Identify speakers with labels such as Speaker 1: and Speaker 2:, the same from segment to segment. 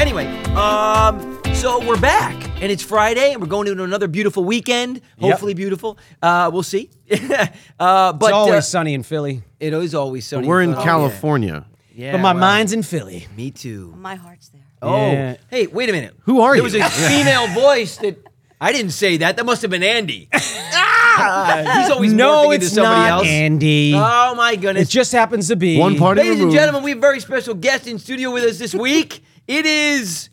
Speaker 1: Anyway, um, so we're back, and it's Friday, and we're going into another beautiful weekend. Hopefully, beautiful. Uh, we'll see. uh, but
Speaker 2: It's always
Speaker 1: uh,
Speaker 2: sunny in Philly.
Speaker 1: it is always sunny.
Speaker 3: We're in
Speaker 1: Oh, yeah.
Speaker 3: California.
Speaker 1: Yeah,
Speaker 2: but my
Speaker 1: well,
Speaker 2: mind's in Philly.
Speaker 1: Me too.
Speaker 4: My heart's there.
Speaker 1: Oh,
Speaker 2: Yeah.
Speaker 1: hey, wait a minute.
Speaker 3: Who are
Speaker 1: there
Speaker 3: you?
Speaker 1: There was a female voice that I didn't say that. That must have been Andy. ah, he's always
Speaker 2: No,
Speaker 1: morphing into
Speaker 2: it's
Speaker 1: somebody
Speaker 2: not
Speaker 1: else.
Speaker 2: Andy.
Speaker 1: Oh my goodness!
Speaker 2: it just happens to be
Speaker 3: One party
Speaker 1: Ladies and
Speaker 3: removed.
Speaker 1: gentlemen, we have a very special guest in studio with us this week. it is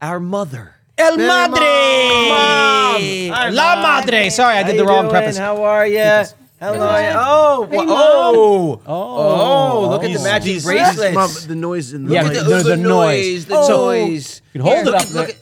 Speaker 1: our mother.
Speaker 2: El Madre.
Speaker 1: Hi,
Speaker 2: La
Speaker 1: Mom.
Speaker 2: Madre. Sorry, I did the wrong preface.
Speaker 1: How are you? Hello. Oh, wha- oh, oh, Look at the
Speaker 3: These-
Speaker 1: magic
Speaker 3: these-
Speaker 1: bracelets.
Speaker 3: mom- the noise in the
Speaker 2: Yeah,
Speaker 3: mic.
Speaker 2: the- there's a noise.
Speaker 1: The
Speaker 2: So-
Speaker 1: noise.
Speaker 2: You can hold
Speaker 1: Here,
Speaker 2: it up
Speaker 1: look
Speaker 2: there.
Speaker 1: at- look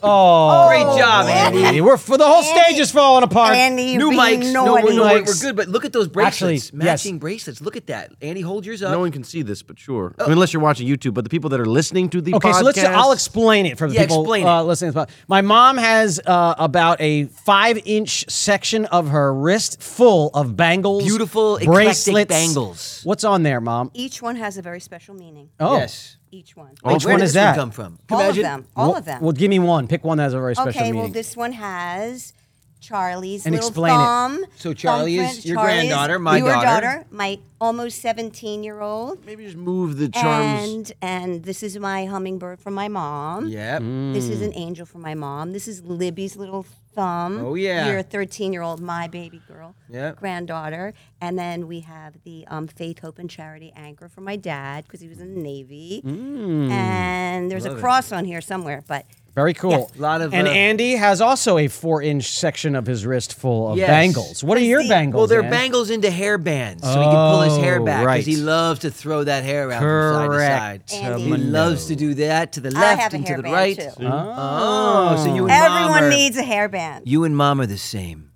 Speaker 1: at-
Speaker 2: Oh,
Speaker 1: Great job, Andy.
Speaker 2: Andy. We're for the whole stage is falling apart.
Speaker 4: And you
Speaker 1: New
Speaker 4: be
Speaker 1: mics. No, we're,
Speaker 4: naughty.
Speaker 1: no, we're, we're
Speaker 2: mics.
Speaker 1: good, but look at those
Speaker 2: Actually,
Speaker 1: bracelets.
Speaker 2: yes.
Speaker 1: Matching bracelets. Look at that. Andy, hold yours up.
Speaker 3: no one can see this, but sure. I mean, unless you're watching YouTube, but the people that are listening to the
Speaker 2: Okay, so let's. uh,
Speaker 3: podcast-
Speaker 2: I'll explain it for the
Speaker 1: Yeah,
Speaker 2: people
Speaker 1: explain it.
Speaker 2: uh, listening. to this pod- My mom has uh, about a five-inch section of her wrist full of bangles,
Speaker 1: Beautiful, eclectic
Speaker 2: bracelets.
Speaker 1: bangles.
Speaker 2: What's on there, mom?
Speaker 4: Each one has a very special meaning.
Speaker 2: Oh,
Speaker 1: Yes.
Speaker 4: Each one.
Speaker 1: Wait,
Speaker 2: Which
Speaker 1: where
Speaker 2: one
Speaker 1: did
Speaker 2: is
Speaker 1: this
Speaker 2: that?
Speaker 1: come from? Can you
Speaker 4: all
Speaker 1: imagine?
Speaker 4: of them. All
Speaker 2: Well-
Speaker 4: of them.
Speaker 2: Well, give me one. Pick one that has a very special
Speaker 4: okay, well,
Speaker 2: meaning.
Speaker 4: this one has Charlie's
Speaker 2: And
Speaker 4: little
Speaker 2: explain it.
Speaker 4: thumb.
Speaker 1: So Charlie is
Speaker 4: thumbprint.
Speaker 1: your
Speaker 4: Charlie's
Speaker 1: granddaughter, my
Speaker 4: your
Speaker 1: daughter.
Speaker 4: my almost 17 year old.
Speaker 3: Maybe just move the charms.
Speaker 4: And and this is my hummingbird from my mom.
Speaker 1: Yeah.
Speaker 2: Mm.
Speaker 4: This is an angel from my mom. This is Libby's little thumb.
Speaker 1: Mm. Oh, yeah.
Speaker 4: You're a 13 year old, my baby girl,
Speaker 1: Yeah.
Speaker 4: granddaughter. And then we have the um, Faith, Hope, and Charity anchor from my dad because he was in the Navy.
Speaker 1: Mm.
Speaker 4: And there's a cross on here somewhere, but
Speaker 2: Very cool.
Speaker 1: Lot of,
Speaker 2: and
Speaker 1: uh,
Speaker 2: Andy has also a four-inch section of his wrist full of
Speaker 1: Yes.
Speaker 2: bangles. What are your bangles?
Speaker 1: Well, they're
Speaker 2: Ann?
Speaker 1: bangles into hair bands, so he can pull his hair
Speaker 2: Oh,
Speaker 1: back because
Speaker 2: right.
Speaker 1: he loves to throw that hair out from side
Speaker 2: Correct.
Speaker 1: to side.
Speaker 4: Andy.
Speaker 1: He loves to do that to the
Speaker 4: I
Speaker 1: left
Speaker 4: have a
Speaker 1: and to the
Speaker 4: hairband,
Speaker 1: right.
Speaker 4: too.
Speaker 1: Oh, so you and mom
Speaker 4: everyone
Speaker 1: are,
Speaker 4: needs a hairband.
Speaker 1: you and mom are the same.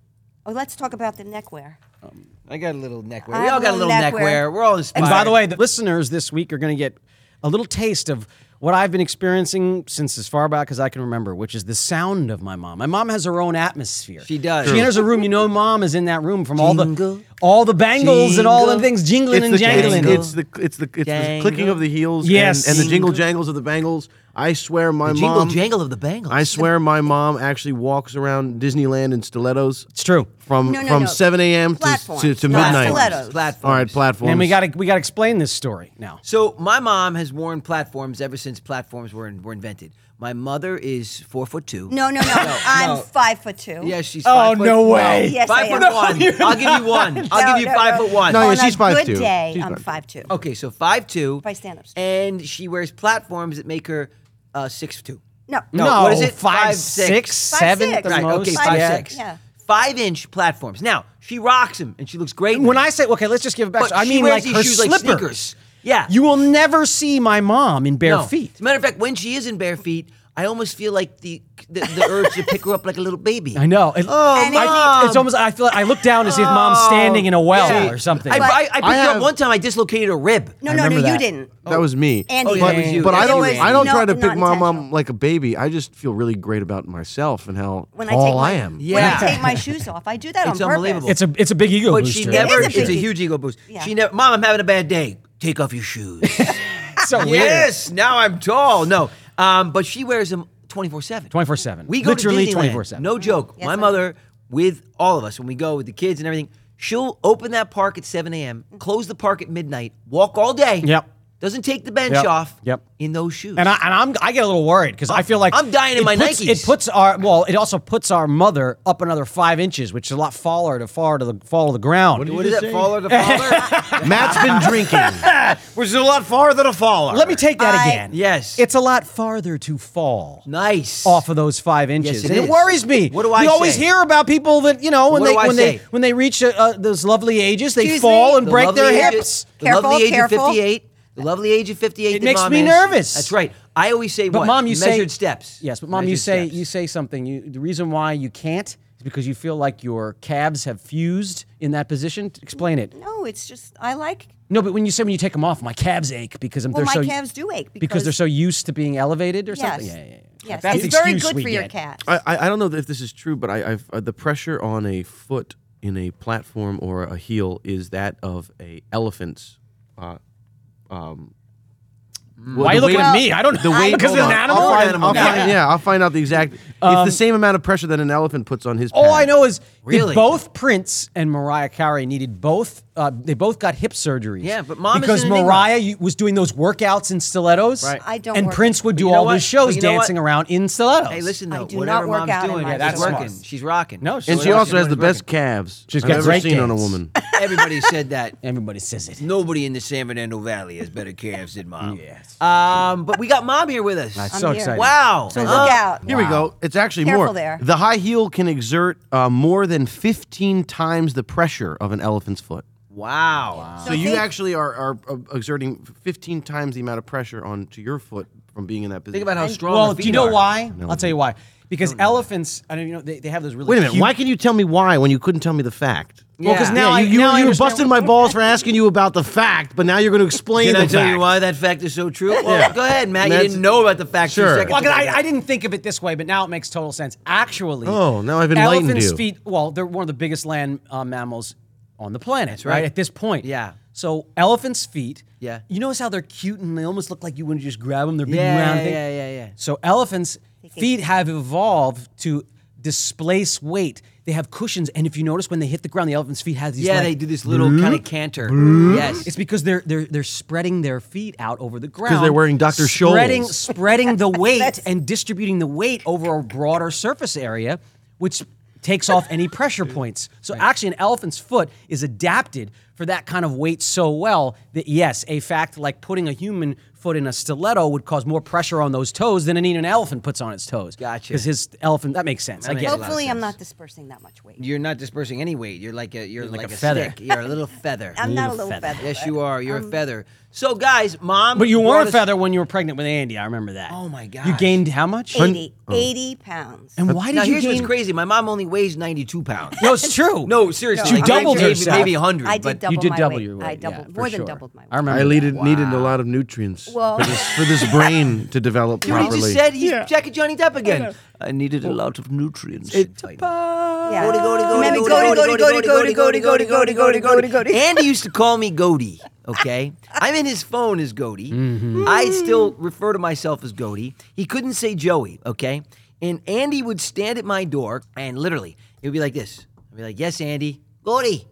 Speaker 4: oh, let's talk about the neckwear.
Speaker 1: I got a little neck
Speaker 4: I
Speaker 1: wear. We
Speaker 4: have
Speaker 1: all
Speaker 4: a
Speaker 1: got a little
Speaker 4: little
Speaker 1: neck
Speaker 4: neck
Speaker 1: wear.
Speaker 4: wear.
Speaker 1: We're all inspired.
Speaker 2: And by the way, the listeners this week are going to get a little taste of what I've been experiencing since as far back as I can remember, which is the sound of my mom. My mom has her own atmosphere.
Speaker 1: She does.
Speaker 2: She enters a room, you know, mom is in that room from all
Speaker 1: Jingle,
Speaker 2: the all the bangles and all the
Speaker 1: jingle.
Speaker 2: things jingling
Speaker 3: it's
Speaker 2: and
Speaker 3: the,
Speaker 2: jangling.
Speaker 3: it's the it's the it's the
Speaker 1: Jangle.
Speaker 3: clicking of the heels
Speaker 2: Yes.
Speaker 3: and, and the jingle jangles of the bangles. I swear my
Speaker 1: jingle
Speaker 3: mom
Speaker 1: jangle of the bangles.
Speaker 3: I swear my mom actually walks around Disneyland in stilettos
Speaker 2: It's true.
Speaker 3: from
Speaker 4: No, no,
Speaker 3: from
Speaker 4: no.
Speaker 3: 7 a.m. to,
Speaker 4: Platforms,
Speaker 3: to, to
Speaker 4: not
Speaker 3: midnight.
Speaker 4: stilettos.
Speaker 1: Platforms.
Speaker 3: All right, platforms.
Speaker 2: And we got to we got to explain this story now.
Speaker 1: So my mom has worn platforms ever since platforms were were invented. My mother is four foot two.
Speaker 4: No, no, no. I'm
Speaker 1: no.
Speaker 4: five foot two.
Speaker 1: Yes, she's.
Speaker 2: Oh,
Speaker 1: five foot,
Speaker 2: no
Speaker 1: well,
Speaker 2: way.
Speaker 4: Yes,
Speaker 1: five
Speaker 4: I
Speaker 1: foot
Speaker 4: am.
Speaker 1: one. I'll give you one. I'll
Speaker 4: No,
Speaker 1: give you
Speaker 4: no,
Speaker 1: five
Speaker 4: no.
Speaker 1: foot one. Oh.
Speaker 3: No,
Speaker 4: On
Speaker 3: yeah, she's
Speaker 4: a
Speaker 3: 5'2".
Speaker 4: good day,
Speaker 3: She's
Speaker 4: I'm
Speaker 3: 5'2".
Speaker 4: five two.
Speaker 1: Okay, so five two.
Speaker 4: By stand-ups.
Speaker 1: And she wears platforms that make her uh, six two.
Speaker 4: No.
Speaker 1: No, what is it?
Speaker 2: Five,
Speaker 1: Five, six.
Speaker 2: six, seven.
Speaker 4: Five,
Speaker 2: at the
Speaker 4: six.
Speaker 1: Right.
Speaker 2: most.
Speaker 1: okay, five
Speaker 2: yeah.
Speaker 1: six.
Speaker 4: Yeah.
Speaker 1: Five inch platforms. Now she rocks them, and she looks great. in
Speaker 2: When
Speaker 1: them.
Speaker 2: I say okay, let's just give it back.
Speaker 1: But
Speaker 2: I
Speaker 1: she
Speaker 2: mean,
Speaker 1: wears
Speaker 2: like
Speaker 1: these
Speaker 2: her
Speaker 1: shoes like
Speaker 2: sneakers.
Speaker 1: sneakers. Yeah.
Speaker 2: you will never see my mom in bare
Speaker 1: No.
Speaker 2: feet.
Speaker 1: As a matter of fact, when she is in bare feet, I almost feel like the the, the urge to pick her up like a little baby.
Speaker 2: I know. It-
Speaker 1: Oh,
Speaker 4: And
Speaker 2: I-
Speaker 1: Mom. Oh.
Speaker 2: it's almost. I feel. I look down to see if mom's standing in a well
Speaker 1: Yeah.
Speaker 2: or something.
Speaker 1: I, I, I picked her up
Speaker 3: have-
Speaker 1: one time. I dislocated a rib.
Speaker 4: No, no, no,
Speaker 2: remember
Speaker 4: you
Speaker 2: that.
Speaker 4: didn't.
Speaker 3: That was me.
Speaker 4: Andy. Oh, yeah,
Speaker 3: but
Speaker 4: that was you.
Speaker 3: but I
Speaker 1: That
Speaker 3: don't
Speaker 1: was you,
Speaker 3: I don't
Speaker 4: Andy.
Speaker 3: try to
Speaker 4: No,
Speaker 3: pick
Speaker 4: not
Speaker 3: my mom
Speaker 4: intentional.
Speaker 3: like a baby. I just feel really great about myself and how
Speaker 4: When I
Speaker 3: tall
Speaker 4: take my,
Speaker 3: Oh, I am.
Speaker 1: Yeah.
Speaker 4: When I take my shoes off, I do that
Speaker 1: It's
Speaker 4: on purpose.
Speaker 1: unbelievable.
Speaker 2: it's a. It's a big ego
Speaker 1: But
Speaker 2: booster.
Speaker 1: she never.
Speaker 4: It is a
Speaker 1: it's a
Speaker 4: big-
Speaker 1: huge ego boost.
Speaker 4: Yeah.
Speaker 1: She never. Mom, I'm having a bad day. Take off your shoes.
Speaker 2: It's so weird.
Speaker 1: yes. Now I'm tall. No. Um, but she wears them 24 seven.
Speaker 2: 24/7.
Speaker 1: We go
Speaker 2: Literally
Speaker 1: to Disneyland.
Speaker 2: 24/7.
Speaker 1: No joke.
Speaker 4: Yes,
Speaker 1: My
Speaker 4: I know.
Speaker 1: mother, with all of us, when we go with the kids and everything, she'll open that park at 7 a.m., close the park at midnight, walk all day.
Speaker 2: Yep.
Speaker 1: Doesn't take the bench
Speaker 2: Yep.
Speaker 1: off.
Speaker 2: Yep.
Speaker 1: In those shoes.
Speaker 2: And I and I'm I get a little worried because I feel like
Speaker 1: I'm dying in
Speaker 2: it
Speaker 1: my
Speaker 2: puts,
Speaker 1: Nikes.
Speaker 2: It puts our well. It also puts our mother up another five inches, which is a lot faller to far to the fall to the ground.
Speaker 1: what is that? Faller to faller.
Speaker 3: Matt's been drinking.
Speaker 5: Which is a lot farther to follow.
Speaker 2: Let me take that
Speaker 4: I-
Speaker 2: again.
Speaker 1: Yes.
Speaker 2: It's a lot farther to fall.
Speaker 1: nice.
Speaker 2: off of those five inches.
Speaker 1: it
Speaker 2: and
Speaker 1: is.
Speaker 2: it worries me.
Speaker 1: What do I
Speaker 2: We always
Speaker 1: say?
Speaker 2: hear about people that you know when
Speaker 1: What
Speaker 2: they
Speaker 1: do I
Speaker 2: when
Speaker 1: say?
Speaker 2: they when they reach uh, uh, those lovely ages, they
Speaker 4: Excuse
Speaker 2: fall
Speaker 4: me?
Speaker 2: and
Speaker 1: The
Speaker 2: break
Speaker 1: lovely
Speaker 2: their
Speaker 1: age-
Speaker 2: hips.
Speaker 1: The
Speaker 4: Careful,
Speaker 1: lovely age
Speaker 4: careful.
Speaker 1: of 58. The lovely age of 58.
Speaker 2: It
Speaker 1: that
Speaker 2: makes
Speaker 1: mom
Speaker 2: me
Speaker 1: is.
Speaker 2: nervous.
Speaker 1: That's right. I always say
Speaker 2: But
Speaker 1: what?
Speaker 2: mom, you
Speaker 1: measured
Speaker 2: say
Speaker 1: steps.
Speaker 2: Yes, but mom, you
Speaker 1: Measured
Speaker 2: say
Speaker 1: steps.
Speaker 2: you say something. You the reason why you can't is because you feel like your calves have fused in that position. Explain it.
Speaker 4: No, it's just I like.
Speaker 2: No, but when you say when you take them off, my calves ache because I'm,
Speaker 4: Well,
Speaker 2: they're
Speaker 4: my
Speaker 2: so
Speaker 4: calves do ache
Speaker 2: because, they're
Speaker 4: because-
Speaker 2: so used to being elevated or
Speaker 4: Yes.
Speaker 2: something. Yeah, yeah, yeah.
Speaker 4: Yes.
Speaker 2: That's
Speaker 4: it's
Speaker 2: the
Speaker 4: very
Speaker 2: excuse
Speaker 4: good
Speaker 2: we
Speaker 4: for your
Speaker 2: get.
Speaker 4: cat.
Speaker 3: I, I I don't know if this is true, but I, I've uh, the pressure on a foot in a platform or a heel is that of a elephant's. Uh, um, well,
Speaker 2: Why are you
Speaker 3: the
Speaker 2: looking
Speaker 3: weight-
Speaker 2: at me? I don't
Speaker 3: The
Speaker 2: know.
Speaker 3: weight
Speaker 2: Because
Speaker 3: hold
Speaker 2: it's an
Speaker 3: on.
Speaker 2: animal.
Speaker 3: I'll
Speaker 2: or
Speaker 3: find,
Speaker 2: animal?
Speaker 3: I'll find- yeah, I'll find out the exact. it's the same amount of pressure that an elephant puts on his.
Speaker 2: All
Speaker 3: pad.
Speaker 2: I know is
Speaker 1: Really?
Speaker 2: that both Prince and Mariah Carey needed both. Uh, they both got hip surgeries.
Speaker 1: Yeah, but Mom is
Speaker 2: because
Speaker 1: in England.
Speaker 2: Mariah you- was doing those workouts in stilettos.
Speaker 3: Right.
Speaker 4: I don't
Speaker 2: And
Speaker 4: work-
Speaker 2: Prince would do
Speaker 1: you know
Speaker 2: all
Speaker 1: what?
Speaker 2: his
Speaker 1: But
Speaker 2: shows
Speaker 1: you know what?
Speaker 2: dancing around in stilettos.
Speaker 1: Hey, listen
Speaker 4: I
Speaker 1: though.
Speaker 4: do
Speaker 1: whatever
Speaker 4: not work
Speaker 1: mom's
Speaker 4: out in
Speaker 1: doing,
Speaker 4: my
Speaker 1: she's
Speaker 2: that's
Speaker 1: working.
Speaker 2: smart.
Speaker 1: She's rocking.
Speaker 2: No, she's
Speaker 3: and she
Speaker 2: Well,
Speaker 3: also has the
Speaker 1: working.
Speaker 3: best calves
Speaker 2: She's
Speaker 3: I've
Speaker 2: got
Speaker 3: ever
Speaker 2: great
Speaker 3: seen on a
Speaker 2: calves.
Speaker 3: woman.
Speaker 1: Everybody said that.
Speaker 2: Everybody says it.
Speaker 1: Nobody in the San Fernando Valley has better calves than mom. Yes. Um, but we got mom here with us.
Speaker 2: Mm. so
Speaker 4: here.
Speaker 2: excited.
Speaker 1: Wow.
Speaker 4: So
Speaker 1: Uh,
Speaker 4: look out.
Speaker 3: Here we go. It's actually
Speaker 4: Careful
Speaker 3: more.
Speaker 4: there.
Speaker 3: The high heel can exert uh, more than 15 times the pressure of an elephant's foot.
Speaker 1: Wow.
Speaker 3: So, you actually are, are uh, exerting 15 times the amount of pressure onto your foot from being in that position.
Speaker 1: Think about how strong.
Speaker 2: Well,
Speaker 1: her
Speaker 2: do
Speaker 1: feet
Speaker 2: you know
Speaker 1: are.
Speaker 2: why? I'll tell you why. Because elephants, I don't you know they, they have those really.
Speaker 3: Wait a minute.
Speaker 2: cute-
Speaker 3: Why can you tell me why when you couldn't tell me the fact?
Speaker 2: Well, because
Speaker 1: Yeah.
Speaker 2: now
Speaker 3: you,
Speaker 2: I,
Speaker 3: you,
Speaker 2: now I
Speaker 3: you were
Speaker 2: understand
Speaker 3: busting
Speaker 2: why-
Speaker 3: my balls for asking you about the fact, but now you're going to explain
Speaker 1: Can
Speaker 3: the
Speaker 1: I tell
Speaker 3: fact.
Speaker 1: you why that fact is so true? Well,
Speaker 3: Yeah.
Speaker 1: go ahead, Matt.
Speaker 3: That's-
Speaker 1: you didn't know about the fact. two
Speaker 3: Sure.
Speaker 1: seconds
Speaker 2: Well, 'cause
Speaker 1: ago.
Speaker 2: I, I didn't think of it this way, but now it makes total sense. Actually,
Speaker 3: Oh, now I've enlightened
Speaker 2: elephants'
Speaker 3: you.
Speaker 2: feet. Well, they're one of the biggest land uh, mammals on the planet, right.
Speaker 1: right.
Speaker 2: At this point,
Speaker 1: Yeah.
Speaker 2: So elephants' feet.
Speaker 1: Yeah.
Speaker 2: You notice how they're cute and they almost look like you want to just grab them. They're big
Speaker 1: Yeah,
Speaker 2: and round.
Speaker 1: yeah,
Speaker 2: thing.
Speaker 1: yeah, yeah, yeah.
Speaker 2: So elephants' feet have evolved to displace weight. They have cushions, and if you notice, when they hit the ground, the elephant's feet have these.
Speaker 1: yeah,
Speaker 2: like,
Speaker 1: they do this little kind of canter. Yes.
Speaker 2: it's because they're they're they're spreading their feet out over the ground.
Speaker 3: they're wearing Dr. Scholl's.
Speaker 2: Spreading spreading the weight and distributing the weight over a broader surface area, which takes off any pressure points. So actually, an elephant's foot is adapted for that kind of weight so well that yes, a fact like putting a human foot in a stiletto would cause more pressure on those toes than an an elephant puts on its toes.
Speaker 1: Gotcha.
Speaker 2: Because his elephant that makes sense. I
Speaker 1: makes
Speaker 2: get
Speaker 1: a
Speaker 2: it.
Speaker 1: lot of
Speaker 4: Hopefully,
Speaker 1: sense.
Speaker 4: I'm not dispersing that much weight.
Speaker 1: You're not dispersing any weight. You're like a you're like,
Speaker 2: a
Speaker 1: a,
Speaker 2: feather.
Speaker 1: stick. You're a little feather.
Speaker 4: I'm not a little feather.
Speaker 1: Yes, you are. You're a feather. So, guys, mom.
Speaker 2: But you
Speaker 1: brought
Speaker 2: were a
Speaker 1: us-
Speaker 2: feather when you were pregnant with Andy. I remember that.
Speaker 1: Oh my
Speaker 2: You
Speaker 1: gosh.
Speaker 2: gained how much?
Speaker 4: 80, 80 pounds.
Speaker 2: And why did
Speaker 1: Now
Speaker 2: you
Speaker 1: here's
Speaker 2: gain?
Speaker 1: what's crazy. My mom only weighs 92 pounds.
Speaker 2: No, it's true.
Speaker 1: No, seriously.
Speaker 2: You
Speaker 1: like,
Speaker 2: doubled
Speaker 1: maybe,
Speaker 2: yourself.
Speaker 1: Maybe 100.
Speaker 4: I did
Speaker 1: but
Speaker 4: double
Speaker 2: you did
Speaker 4: my
Speaker 2: double
Speaker 4: weight.
Speaker 2: your weight.
Speaker 4: I
Speaker 2: yeah,
Speaker 4: doubled
Speaker 2: for
Speaker 4: more than
Speaker 2: sure.
Speaker 4: doubled my weight.
Speaker 2: I remember.
Speaker 3: I
Speaker 2: that.
Speaker 3: needed, needed a lot of nutrients
Speaker 4: Well-
Speaker 3: for, this, for this brain to develop
Speaker 1: He
Speaker 3: properly.
Speaker 1: just said he's Jackie Johnny Depp again. I, needed a lot of nutrients. It's
Speaker 4: Yeah.
Speaker 1: Goaty, goaty, goaty,
Speaker 4: Remember,
Speaker 1: goaty, goaty, goaty,
Speaker 4: goaty, goaty, goaty,
Speaker 1: goaty, goaty, goaty,
Speaker 4: goaty,
Speaker 1: goaty,
Speaker 4: goaty.
Speaker 1: Andy used to call me Goaty, okay? I'm in his phone as Goaty.
Speaker 4: Mm-hmm.
Speaker 1: I still refer to myself as Goaty. He couldn't say Joey, okay? And Andy would stand at my door and literally, it would be like this. I'd be like, yes, Andy. Goaty.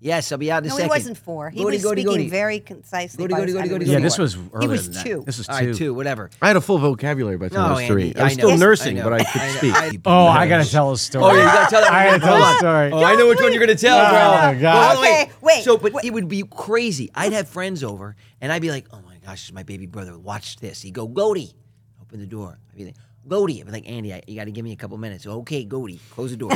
Speaker 1: Yes, I'll be out in a
Speaker 4: No,
Speaker 1: second.
Speaker 4: he wasn't four. He
Speaker 1: Goaty,
Speaker 4: was
Speaker 1: goaty,
Speaker 4: speaking
Speaker 1: goaty.
Speaker 4: very concisely.
Speaker 1: Goaty,
Speaker 4: by the
Speaker 1: goaty,
Speaker 4: time
Speaker 1: goaty,
Speaker 4: he
Speaker 1: goaty.
Speaker 2: Yeah,
Speaker 1: you
Speaker 2: this
Speaker 1: were.
Speaker 2: was earlier
Speaker 4: was
Speaker 2: than that.
Speaker 4: two.
Speaker 2: This was two.
Speaker 1: All right, two, whatever.
Speaker 3: I had a full vocabocabary by the time I
Speaker 1: No,
Speaker 3: was three.
Speaker 1: Andy,
Speaker 3: I was
Speaker 1: I
Speaker 3: still
Speaker 1: know.
Speaker 3: nursing,
Speaker 1: know.
Speaker 3: but I could
Speaker 1: know.
Speaker 3: speak.
Speaker 1: I-
Speaker 2: Oh, I gotta tell a story.
Speaker 1: Oh, you gotta tell that.
Speaker 2: I gotta
Speaker 1: one.
Speaker 2: tell
Speaker 1: Hold
Speaker 2: a
Speaker 1: on.
Speaker 2: story.
Speaker 1: Oh, I know which one you're gonna tell,
Speaker 2: Oh,
Speaker 1: bro.
Speaker 2: my God.
Speaker 1: Well, hold on,
Speaker 4: Okay, wait,
Speaker 1: So, but
Speaker 4: wait.
Speaker 1: it would be crazy. I'd have friends over, and I'd be like, "Oh my gosh, this is my baby brother. Watch this." He'd go, "Goaty," open the door. I'd be like, "Goaty," I'd be like, "Andy, I, you gotta give me a couple minutes." Okay, Goaty, close the door.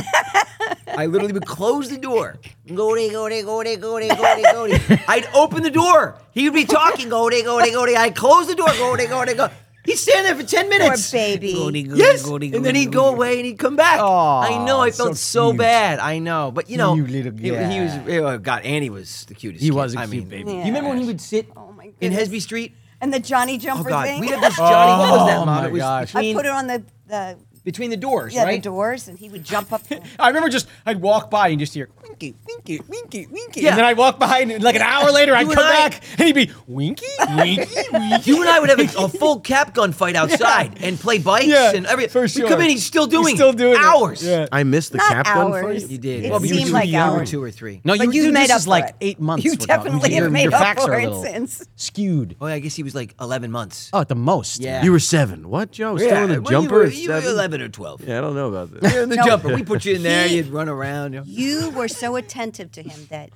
Speaker 1: I literally would close the door. Goaty, goaty, goaty, goaty, goaty, goaty. I'd open the door. He would be talking, goaty, goaty, goaty. I'd close the door, goaty, goaty, goaty. He'd stand there for 10 minutes.
Speaker 4: baby.
Speaker 1: Goaty, goaty, yes. and then he'd go away and he'd come back. I know. I felt so, bad. I know. But, you know,
Speaker 2: You little
Speaker 1: he, he was, oh, God, Andy was the cutest.
Speaker 2: He
Speaker 1: kid.
Speaker 2: was a
Speaker 1: I
Speaker 2: cute
Speaker 1: mean,
Speaker 2: baby.
Speaker 1: You remember when he would sit
Speaker 4: my
Speaker 1: in
Speaker 4: goodness.
Speaker 1: Hesby Street?
Speaker 4: And the Johnny
Speaker 1: Oh,
Speaker 4: Jumper
Speaker 1: God.
Speaker 4: thing.
Speaker 1: We had this Johnny. what was that,
Speaker 2: Oh,
Speaker 1: Mom?
Speaker 2: my
Speaker 1: it was
Speaker 2: gosh. I
Speaker 4: I
Speaker 1: Between,
Speaker 4: put it on the, the
Speaker 1: between the doors,
Speaker 4: yeah,
Speaker 1: right?
Speaker 4: the doors, and he would jump up. the-
Speaker 2: I remember just I'd walk by and just hear winky, winky, winky, winky,
Speaker 1: Yeah.
Speaker 2: and then I'd walk by and like an hour later I'd
Speaker 1: You
Speaker 2: come
Speaker 1: and I-
Speaker 2: back and he'd be winky, winky, winky.
Speaker 1: You and I would have a, a full cap gun fight outside and play bikes
Speaker 2: Yeah,
Speaker 1: and everything.
Speaker 2: for
Speaker 1: We come
Speaker 2: sure.
Speaker 1: in, he's still
Speaker 2: He's
Speaker 1: doing,
Speaker 2: still doing it.
Speaker 1: hours.
Speaker 2: Yeah.
Speaker 3: I missed the
Speaker 4: Not
Speaker 3: cap gun for
Speaker 4: ours.
Speaker 3: you.
Speaker 1: You did.
Speaker 4: It
Speaker 1: well, but you were
Speaker 4: seemed
Speaker 1: too
Speaker 4: like
Speaker 1: young. You were
Speaker 4: hours.
Speaker 1: two or three.
Speaker 2: No,
Speaker 4: But
Speaker 2: you,
Speaker 4: you've
Speaker 2: dude,
Speaker 4: made
Speaker 2: this
Speaker 4: up
Speaker 2: is
Speaker 4: for
Speaker 2: like
Speaker 4: it.
Speaker 2: eight months.
Speaker 4: You
Speaker 2: without-
Speaker 4: definitely
Speaker 2: your,
Speaker 4: have made
Speaker 2: your
Speaker 4: up
Speaker 2: facts
Speaker 4: for
Speaker 2: are a
Speaker 4: it
Speaker 2: little
Speaker 4: since.
Speaker 2: skewed.
Speaker 1: Oh, I guess he was like 11 months.
Speaker 2: Oh, at the most.
Speaker 1: Yeah.
Speaker 3: You were seven. What, Joe? Still in
Speaker 1: Yeah,
Speaker 3: the
Speaker 1: when
Speaker 3: jumper
Speaker 1: You were,
Speaker 3: at
Speaker 1: you were
Speaker 3: seven?
Speaker 1: 11 or 12.
Speaker 3: Yeah, I don't know about this.
Speaker 1: You're in the jumper. We put you in there. You'd run around. you know.
Speaker 4: You were so attentive to him that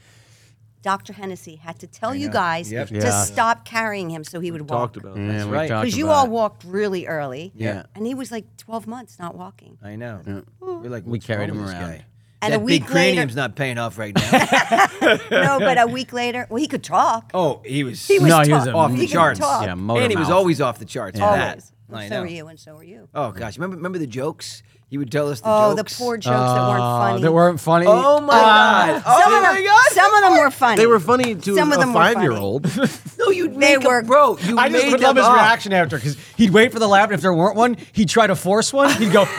Speaker 4: Dr. Hennessy had to tell you guys
Speaker 1: Yep.
Speaker 4: to
Speaker 3: Yeah.
Speaker 4: stop carrying him so he would walk.
Speaker 3: Talked about
Speaker 2: Yeah,
Speaker 3: that.
Speaker 2: we
Speaker 1: right.
Speaker 2: talked
Speaker 4: Because you
Speaker 2: about
Speaker 4: all
Speaker 2: it.
Speaker 4: walked really early.
Speaker 2: Yeah.
Speaker 4: And he was like 12 months not walking.
Speaker 1: I know. We're like,
Speaker 2: We
Speaker 1: what's
Speaker 2: carried
Speaker 1: wrong
Speaker 2: him
Speaker 1: with this
Speaker 2: around.
Speaker 1: guy?
Speaker 4: And
Speaker 1: that
Speaker 4: a week
Speaker 1: big
Speaker 4: later,
Speaker 1: cranium's not paying off right now.
Speaker 4: no, but a week later, well, he could talk.
Speaker 1: oh, he was,
Speaker 4: He was
Speaker 2: No,
Speaker 4: talk.
Speaker 2: he was a-
Speaker 1: off
Speaker 4: he
Speaker 1: the
Speaker 4: could
Speaker 1: charts.
Speaker 4: Talk.
Speaker 2: Yeah, motor
Speaker 1: and he was
Speaker 2: mouth.
Speaker 1: always off the charts. for that.
Speaker 4: always. Well,
Speaker 1: I
Speaker 4: so
Speaker 1: know.
Speaker 4: were you, and so were you.
Speaker 1: Oh gosh, remember remember the jokes? He would tell us the
Speaker 4: Oh, the
Speaker 1: jokes.
Speaker 4: poor jokes that weren't funny.
Speaker 2: that weren't funny.
Speaker 1: Oh my god! Oh
Speaker 4: some of
Speaker 1: my
Speaker 4: them,
Speaker 1: god!
Speaker 4: Some of them were funny.
Speaker 3: They were funny to
Speaker 4: Some of
Speaker 3: a
Speaker 4: them were funny.
Speaker 3: five-year-old.
Speaker 1: no, you'd
Speaker 4: They
Speaker 1: make
Speaker 4: were-
Speaker 1: a bro. You
Speaker 2: I just
Speaker 1: made
Speaker 2: would love
Speaker 1: them
Speaker 2: his
Speaker 1: up.
Speaker 2: reaction after because he'd wait for the laugh. and If there weren't one, he'd try to force one. He'd go,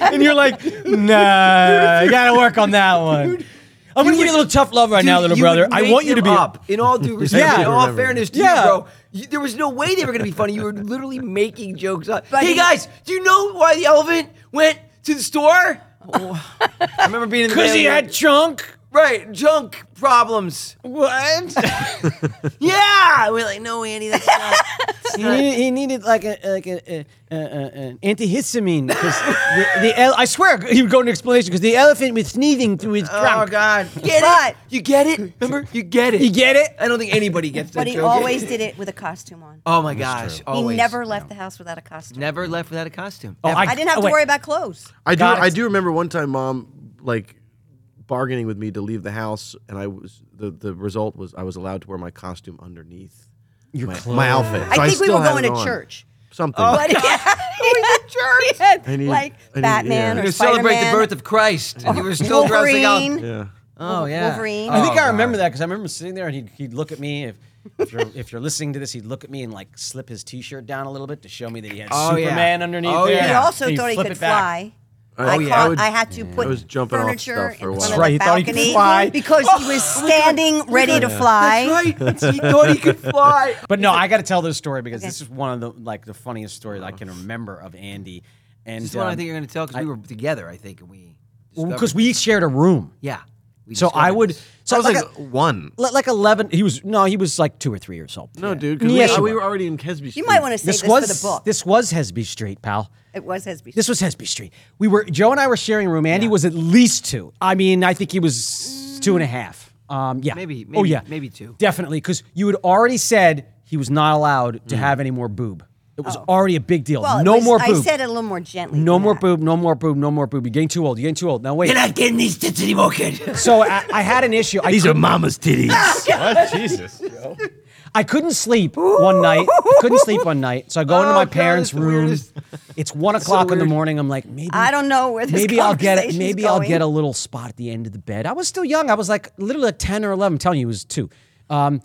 Speaker 2: and you're like, nah, you gotta work on that one. I'm gonna give you a little tough love right
Speaker 1: Dude,
Speaker 2: now, little
Speaker 1: you
Speaker 2: brother.
Speaker 1: would
Speaker 2: I
Speaker 1: make
Speaker 2: want you to
Speaker 1: them
Speaker 2: be
Speaker 1: up. In all due respect,
Speaker 2: Yeah.
Speaker 1: in all fairness to
Speaker 2: Yeah.
Speaker 1: you, bro, you- there was no way they were going to be funny. You were literally making jokes up.
Speaker 4: But
Speaker 1: hey
Speaker 4: he-
Speaker 1: guys, do you know why the elephant went to the store? Oh, I remember being in the
Speaker 2: because he
Speaker 1: van-
Speaker 2: had chunk.
Speaker 1: right junk problems.
Speaker 2: What?
Speaker 1: Yeah, we're like, no, Andy, that's not.
Speaker 2: he, needed, he needed like a like a, a, a, a an antihistamine because the, the ele- I swear he would go into explanation because the elephant was sneezing through his
Speaker 1: Oh
Speaker 2: trunk.
Speaker 1: God, get it? You get it? Remember, you get it.
Speaker 2: You get it?
Speaker 1: I don't think anybody gets that
Speaker 4: but he
Speaker 1: joke.
Speaker 4: always did it with a costume on.
Speaker 1: Oh my gosh! Always.
Speaker 4: He never left the house without a costume.
Speaker 1: never left without a costume.
Speaker 2: Oh,
Speaker 4: I didn't have
Speaker 2: oh,
Speaker 4: to
Speaker 2: wait.
Speaker 4: worry about clothes.
Speaker 3: I do.
Speaker 2: Got it.
Speaker 3: I do remember one time, mom like bargaining with me to leave the house, and I was the the result was I was allowed to wear my costume underneath
Speaker 2: Your
Speaker 3: my,
Speaker 2: clothes.
Speaker 3: my outfit. So
Speaker 4: I think we
Speaker 3: still
Speaker 4: were
Speaker 3: had
Speaker 4: going
Speaker 3: it
Speaker 4: to
Speaker 3: on.
Speaker 4: church. Oh,
Speaker 3: Something.
Speaker 4: But he had,
Speaker 3: I need-
Speaker 4: like
Speaker 3: I need-
Speaker 4: Batman
Speaker 3: yeah.
Speaker 4: or
Speaker 1: to celebrate the
Speaker 4: Spider-Man,
Speaker 1: birth of Christ, and you were still dressing
Speaker 4: Wolverine.
Speaker 1: up.
Speaker 3: yeah.
Speaker 1: Oh yeah,
Speaker 4: Wolverine.
Speaker 2: I think
Speaker 1: Oh,
Speaker 2: I remember that because I remember sitting there and he'd, he'd look at me. If, if, you're, if you're listening to this, he'd look at me and like slip his t shirt down a little bit to show me that he had
Speaker 1: Oh, yeah.
Speaker 2: Superman underneath
Speaker 1: Oh,
Speaker 2: there.
Speaker 1: yeah.
Speaker 4: He also
Speaker 2: And he'd
Speaker 4: thought he
Speaker 2: flip
Speaker 4: could
Speaker 2: it back.
Speaker 4: fly.
Speaker 3: Oh,
Speaker 4: I,
Speaker 3: yeah,
Speaker 4: caught,
Speaker 3: I would-
Speaker 4: I had to put
Speaker 3: I was jumping off
Speaker 4: furniture
Speaker 3: stuff for a
Speaker 4: in
Speaker 3: while. That's
Speaker 4: front of
Speaker 2: right,
Speaker 4: the
Speaker 2: he thought he could
Speaker 4: balcony
Speaker 2: fly.
Speaker 4: because he was standing ready to fly.
Speaker 1: That's right. He thought he could fly.
Speaker 2: But no, I got to tell this story because this is one of the like the funniest stories I can remember of Andy. And
Speaker 1: This is one I
Speaker 2: um,
Speaker 1: think you're going to tell because we were together. I think and we
Speaker 2: well,
Speaker 1: discovered-
Speaker 2: we shared a room.
Speaker 1: yeah. We
Speaker 2: So I
Speaker 1: discovered
Speaker 2: would.
Speaker 1: this.
Speaker 2: So
Speaker 3: I was
Speaker 2: like,
Speaker 3: like one.
Speaker 2: like, like eleven. He was no, he was like two or three years old.
Speaker 3: No, dude, because
Speaker 2: Yes, you
Speaker 3: we, we
Speaker 2: were.
Speaker 3: were already in Kesby.
Speaker 4: You might want to save this,
Speaker 2: This was
Speaker 4: for the book.
Speaker 2: this was Hesby Street, pal.
Speaker 4: it was Hesby.
Speaker 2: This was Hesby Street. We were Joe and I were sharing a room. Andy was at least two. I mean, I think he was two and a half. Um, yeah.
Speaker 1: Maybe-
Speaker 2: oh
Speaker 1: maybe-
Speaker 2: yeah.
Speaker 1: maybe two.
Speaker 2: Definitely, because you had already said he was not allowed
Speaker 1: Mm.
Speaker 2: to have any more boob. It
Speaker 1: Oh.
Speaker 2: was already a big deal.
Speaker 4: well, it
Speaker 2: no
Speaker 4: was-
Speaker 2: more boob.
Speaker 4: I said it a little more gently.
Speaker 2: no
Speaker 4: than
Speaker 2: more
Speaker 4: that.
Speaker 2: boob. No more boob. No more boob. You're getting too old. You're getting too old. Now wait.
Speaker 1: You're not getting these tits anymore, kid. Ah,
Speaker 2: so I, I had an issue. I, couldn't-
Speaker 3: mama's titties.
Speaker 5: What? Jesus.
Speaker 2: I couldn't sleep one night. I couldn't sleep one night. So I go into
Speaker 1: Oh,
Speaker 2: my
Speaker 1: God,
Speaker 2: parents'
Speaker 1: it's the
Speaker 2: room.
Speaker 1: weirdest.
Speaker 2: It's one o'clock in the
Speaker 1: weird.
Speaker 2: morning. I'm like, maybe
Speaker 4: I don't know where this
Speaker 2: maybe I'll get it.
Speaker 4: conversation's
Speaker 2: Maybe I'll
Speaker 4: going.
Speaker 2: get a little spot at the end of the bed. I was still young. I was like literally like ten or eleven. I'm telling you, it was two. Um,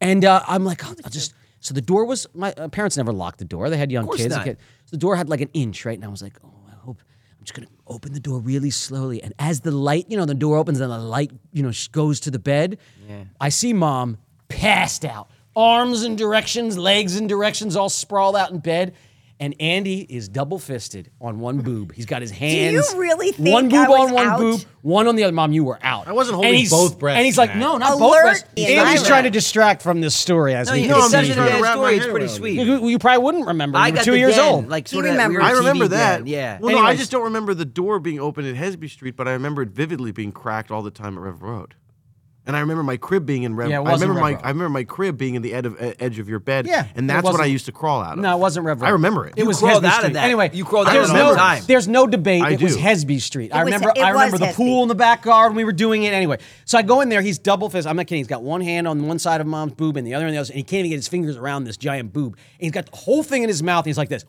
Speaker 2: and uh, I'm like, I'll, I'll just. So the door was my uh, parents never locked the door. They had young
Speaker 1: course
Speaker 2: kids.
Speaker 1: not.
Speaker 2: Okay. So the door had like an inch, right? And I was like, oh, I hope. I'm just gonna open the door really slowly, and as the light, you know, the door opens and the light, you know, sh- goes to the bed. Yeah. I see mom passed out, arms in directions, legs in directions, all sprawled out in bed. And Andy is double fisted on one boob. He's got his hand
Speaker 4: Do you
Speaker 2: hands.
Speaker 4: really think
Speaker 2: one boob
Speaker 4: I was
Speaker 2: on one
Speaker 4: out?
Speaker 2: boob, one on the other? Mom, you were out. I
Speaker 5: wasn't holding both breasts,
Speaker 2: And he's like,
Speaker 5: Matt.
Speaker 2: no, not both
Speaker 4: Alert
Speaker 2: breasts.
Speaker 4: and
Speaker 2: Andy's
Speaker 4: alert.
Speaker 2: trying to distract from this story as
Speaker 1: No,
Speaker 2: we
Speaker 1: you-
Speaker 2: go.
Speaker 1: it's
Speaker 3: I'm
Speaker 1: such
Speaker 3: just
Speaker 1: an
Speaker 3: trying to
Speaker 1: bad
Speaker 3: wrap my
Speaker 1: story. It's
Speaker 3: head
Speaker 1: pretty
Speaker 3: around it.
Speaker 1: sweet.
Speaker 2: you, you probably wouldn't remember.
Speaker 1: I
Speaker 2: you were
Speaker 1: got
Speaker 2: two
Speaker 1: the
Speaker 2: years
Speaker 1: den,
Speaker 2: old.
Speaker 1: Like
Speaker 4: He
Speaker 1: sort of
Speaker 4: remembers.
Speaker 1: weird
Speaker 3: I remember
Speaker 1: TV
Speaker 3: that.
Speaker 1: den, Yeah.
Speaker 3: Well, no, I
Speaker 1: Anyways,
Speaker 3: just don't remember the door being open at Hesby Street, but I remember it vividly being cracked all the time at Rev Road. And I remember my crib being in Rev.
Speaker 2: Yeah, it
Speaker 3: I
Speaker 2: wasn't
Speaker 3: remember
Speaker 2: Rev
Speaker 3: my
Speaker 2: Road.
Speaker 3: I remember my crib being in the ed of, e- edge of your bed.
Speaker 2: Yeah, it
Speaker 3: and that's what I
Speaker 2: wasn't-
Speaker 3: used to crawl out of.
Speaker 2: no, it wasn't Rev.
Speaker 3: I remember it.
Speaker 2: It was
Speaker 1: crawled
Speaker 2: Hesby
Speaker 1: out of
Speaker 2: Street.
Speaker 1: that.
Speaker 2: Anyway,
Speaker 1: You crawled out
Speaker 2: there's
Speaker 3: of it all
Speaker 2: no,
Speaker 3: the time.
Speaker 2: There's no debate.
Speaker 3: I
Speaker 2: it was
Speaker 3: do.
Speaker 2: Hesby Street. I
Speaker 4: It was-
Speaker 2: remember.
Speaker 4: it
Speaker 2: I
Speaker 4: was
Speaker 2: remember the
Speaker 4: Hesby.
Speaker 2: pool in the backyard. We were doing it anyway. So I go in there. He's double fist. I'm not kidding. He's got one hand on one side of mom's boob and the other on the other, and he can't even get his fingers around this giant boob. And he's got the whole thing in his mouth. And he's like this.